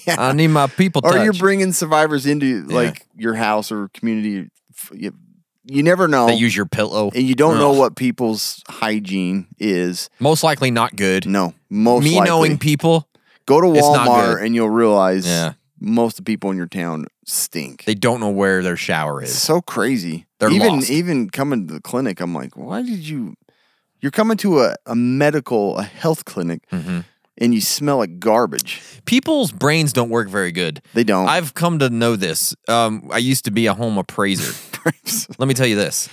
yeah.
I need my people
or
touch.
you're bringing survivors into
Yeah.
like your house or community. F- You, you never know,
they use your pillow.
and you don't know
Ugh.
what people's hygiene is.
Most likely not good.
No, most
Me
likely.
knowing people,
go to
it's not good.
Walmart and you'll realize
Yeah.
most of the people in your town stink.
they don't know where their shower
it's
is.
so crazy.
They're
even
lost.
even coming to the clinic, I'm like, why did you? You're coming to a, a medical a health clinic,
Mm-hmm.
and you smell like garbage.
People's brains don't work very good.
They don't.
I've come to know this. Um, I used to be a home appraiser. Let me tell you this.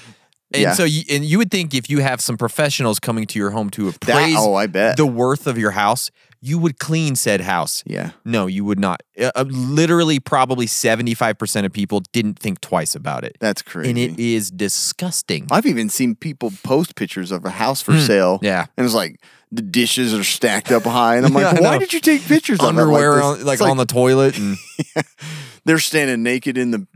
And
Yeah.
so, you, and you would think if you have some professionals coming to your home to appraise
oh, I bet.
the worth of your house, you would clean said house.
yeah.
No, you would not. Uh, uh, literally, probably 75% of people didn't think twice about it.
That's crazy.
And it is disgusting.
I've even seen people post pictures of a house for sale.
Hmm. yeah.
And it's like the dishes are stacked up high. And I'm
Yeah,
like,
I
why
know.
did you take pictures
Underwear,
of it
on,
this?"
like,
It's
on the toilet, and
They're standing naked in the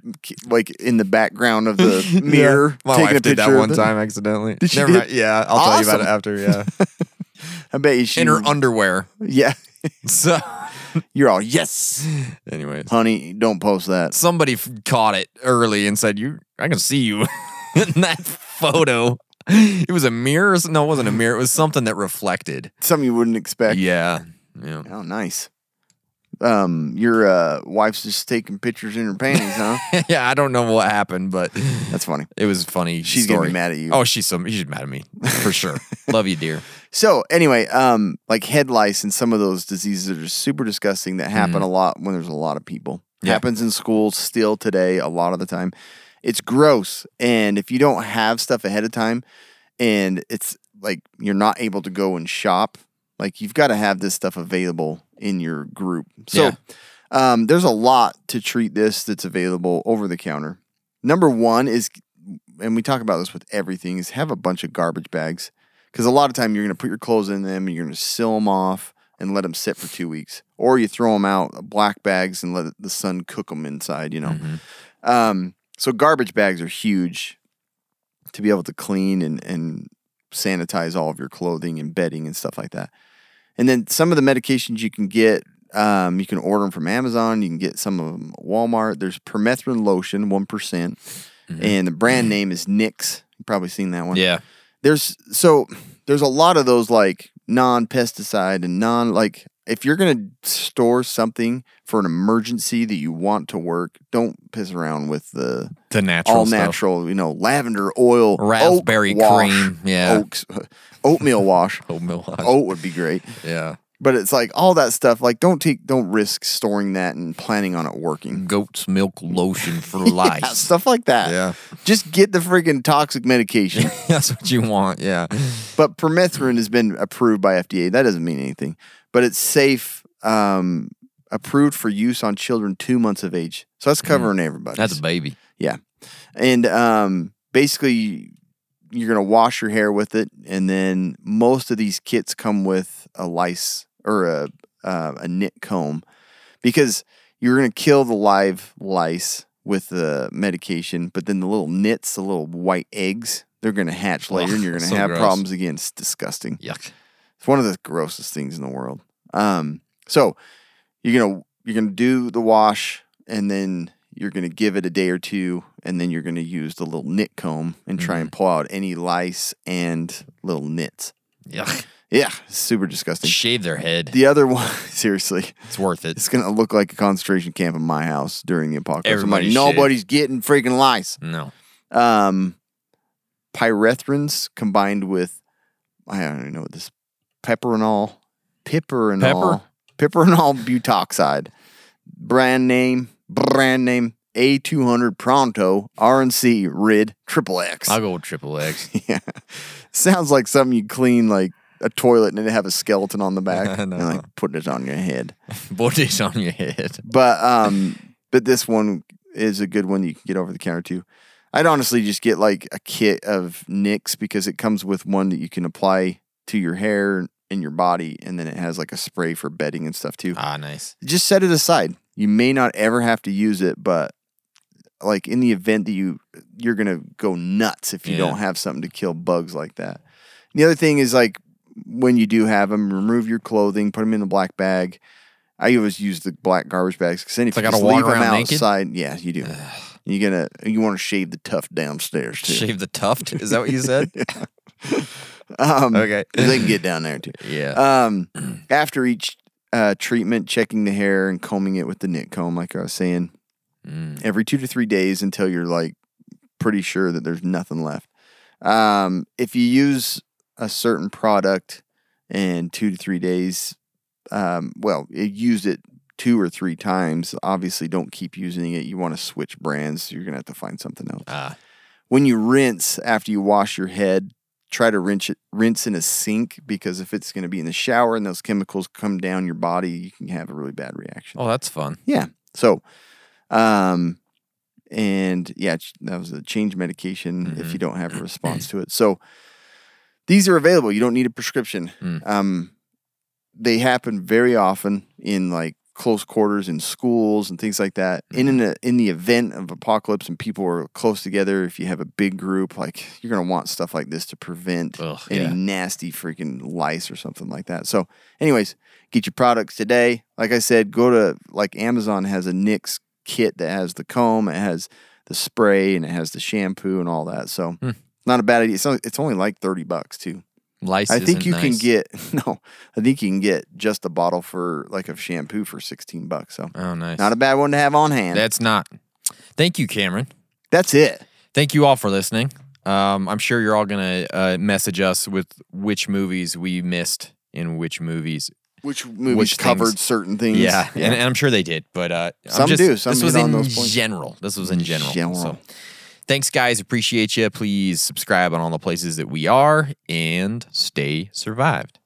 like in the background of the mirror.
My
taking
wife
a
did
picture
that
of
one
it.
time accidentally.
Did she
Never
did-
mind. Yeah, I'll tell you about it after. Yeah,
I bet you she
in her underwear.
Yeah.
So
You're all yes,
Anyways,
honey. Don't post that.
somebody f- caught it early and said, "You, I can see you in that photo." It was a mirror. or s- No, it wasn't a mirror. It was something that reflected.
Something you wouldn't expect.
Yeah, yeah.
Oh, nice. Um, your uh, wife's just taking pictures in her panties, huh?
yeah, I don't know what happened, but
That's funny.
it was a funny.
She's gonna
story.
be mad at you.
Oh, she's so she's mad at me for sure. Love you, dear.
So anyway, um, like head lice and some of those diseases that are super disgusting that happen a lot when there's a lot of people.
Mm-hmm. Yeah.
Happens in schools still today a lot of the time. It's gross, and if you don't have stuff ahead of time, and it's like you're not able to go and shop, like you've got to have this stuff available in your group. So
Yeah.
um, there's a lot to treat this that's available over the counter. Number one is, and we talk about this with everything, is have a bunch of garbage bags because a lot of time you're going to put your clothes in them and you're going to seal them off and let them sit for two weeks, or you throw them out uh, black bags and let the sun cook them inside. You know, um, so garbage bags are huge to be able to clean and and sanitize all of your clothing and bedding and stuff like that. And then some of the medications you can get, um, you can order them from Amazon. You can get some of them at Walmart. There's permethrin lotion, one and the brand name is Nix. You've probably seen that one.
Yeah,
There's so there's a lot of those like non-pesticide and non like if you're gonna store something for an emergency that you want to work, don't piss around with the
the natural,
all
stuff.
natural, you know, lavender oil, oat
Raspberry
wash,
cream, yeah.
oaks, oatmeal wash.
Oh, Milwaukee.
Oat would be great.
yeah.
But it's like all that stuff. Like, don't take, don't risk storing that and planning on it working.
Goat's milk lotion for life.
Yeah, stuff like that.
Yeah.
Just get the freaking toxic medication.
That's what you want. Yeah.
but permethrin has been approved by FDA. That doesn't mean anything, but it's safe, um, approved for use on children two months of age. So that's covering everybody.
Mm. That's a baby.
Yeah. And um, basically, you're going to wash your hair with it. And then most of these kits come with a lice or a, uh, a knit comb because you're going to kill the live lice with the medication. But then the little nits, the little white eggs, they're going to hatch later and you're going to
Oh, so
have
gross.
problems again. It's disgusting.
Yuck.
It's one of the grossest things in the world. Um, so you're gonna you're gonna do the wash, and then you're gonna give it a day or two, and then you're gonna use the little knit comb and try and pull out any lice and little nits.
Yuck.
Yeah, super disgusting.
Shave their head.
The other one, seriously,
It's worth it.
it's gonna look like a concentration camp in my house during the apocalypse.
Everybody
I'm like,
shaved.
nobody's getting freaking lice
No.
um, pyrethrins combined with I don't even know what this pepperanol, piperinol, piperinol butoxide, brand name, brand name A two hundred Pronto RNC RID triple X.
I'll go with triple X.
Yeah, sounds like something you clean like a toilet and then have a skeleton on the back
I know.
and like put it on your head.
Put it on your head.
But um, but this one is a good one that you can get over the counter too. I'd honestly just get like a kit of Nix because it comes with one that you can apply to your hair and your body, and then it has like a spray for bedding and stuff too.
Ah, nice.
Just set it aside. You may not ever have to use it, but like in the event that you you're gonna go nuts if you
Yeah.
don't have something to kill bugs like that. The other thing is like when you do have them, remove your clothing, put them in the black bag. I always use the black garbage bags because then if
So I
you
gotta
just
walk
leave them
around naked?
outside, yeah, you do. You're gonna you want to shave the tuft downstairs too.
Shave the tuft. Is that what you said?
Um,
Okay.
'cause they can get down there too.
Yeah.
Um, after each uh, treatment, checking the hair and combing it with the knit comb, like I was saying,
Mm.
every two to three days until you're like pretty sure that there's nothing left. Um, if you use a certain product and two to three days, um, well, it used it two or three times. Obviously, don't keep using it. You want to switch brands. You're gonna have to find something else
Ah,
when you rinse after you wash your head, try to rinse it, rinse in a sink because if it's going to be in the shower and those chemicals come down your body, you can have a really bad reaction.
oh, that's fun.
Yeah. So, um, and yeah, ch- that was a change medication if you don't have a response to it. So these are available. You don't need a prescription. Um, they happen very often in like close quarters in schools and things like that. And
Mm-hmm.
in the in the event of apocalypse and people are close together, if you have a big group, like you're gonna want stuff like this to prevent
Ugh,
any
yeah.
nasty freaking lice or something like that. So, anyways, get your products today. Like I said, go to like Amazon has a Nix kit that has the comb, it has the spray, and it has the shampoo and all that. So,
Hmm.
not a bad idea. It's only, it's only like thirty bucks too.
Lice
I think
isn't
you can
nice.
get no. I think you can get just a bottle for like of shampoo for sixteen bucks. So
Oh, nice.
not a bad one to have on hand.
That's not. Thank you, Cameron.
That's it.
Thank you all for listening. Um, I'm sure you're all gonna uh, message us with which movies we missed and which movies.
Which movies
Which
covered
things-
certain things?
Yeah, And, and I'm sure they did, but uh, I'm
Some
just-
do. Some
this was
hit on
in
those points.
general. This was in general.
General.
So, thanks, guys. Appreciate you. Please subscribe on all the places that we are and stay survived.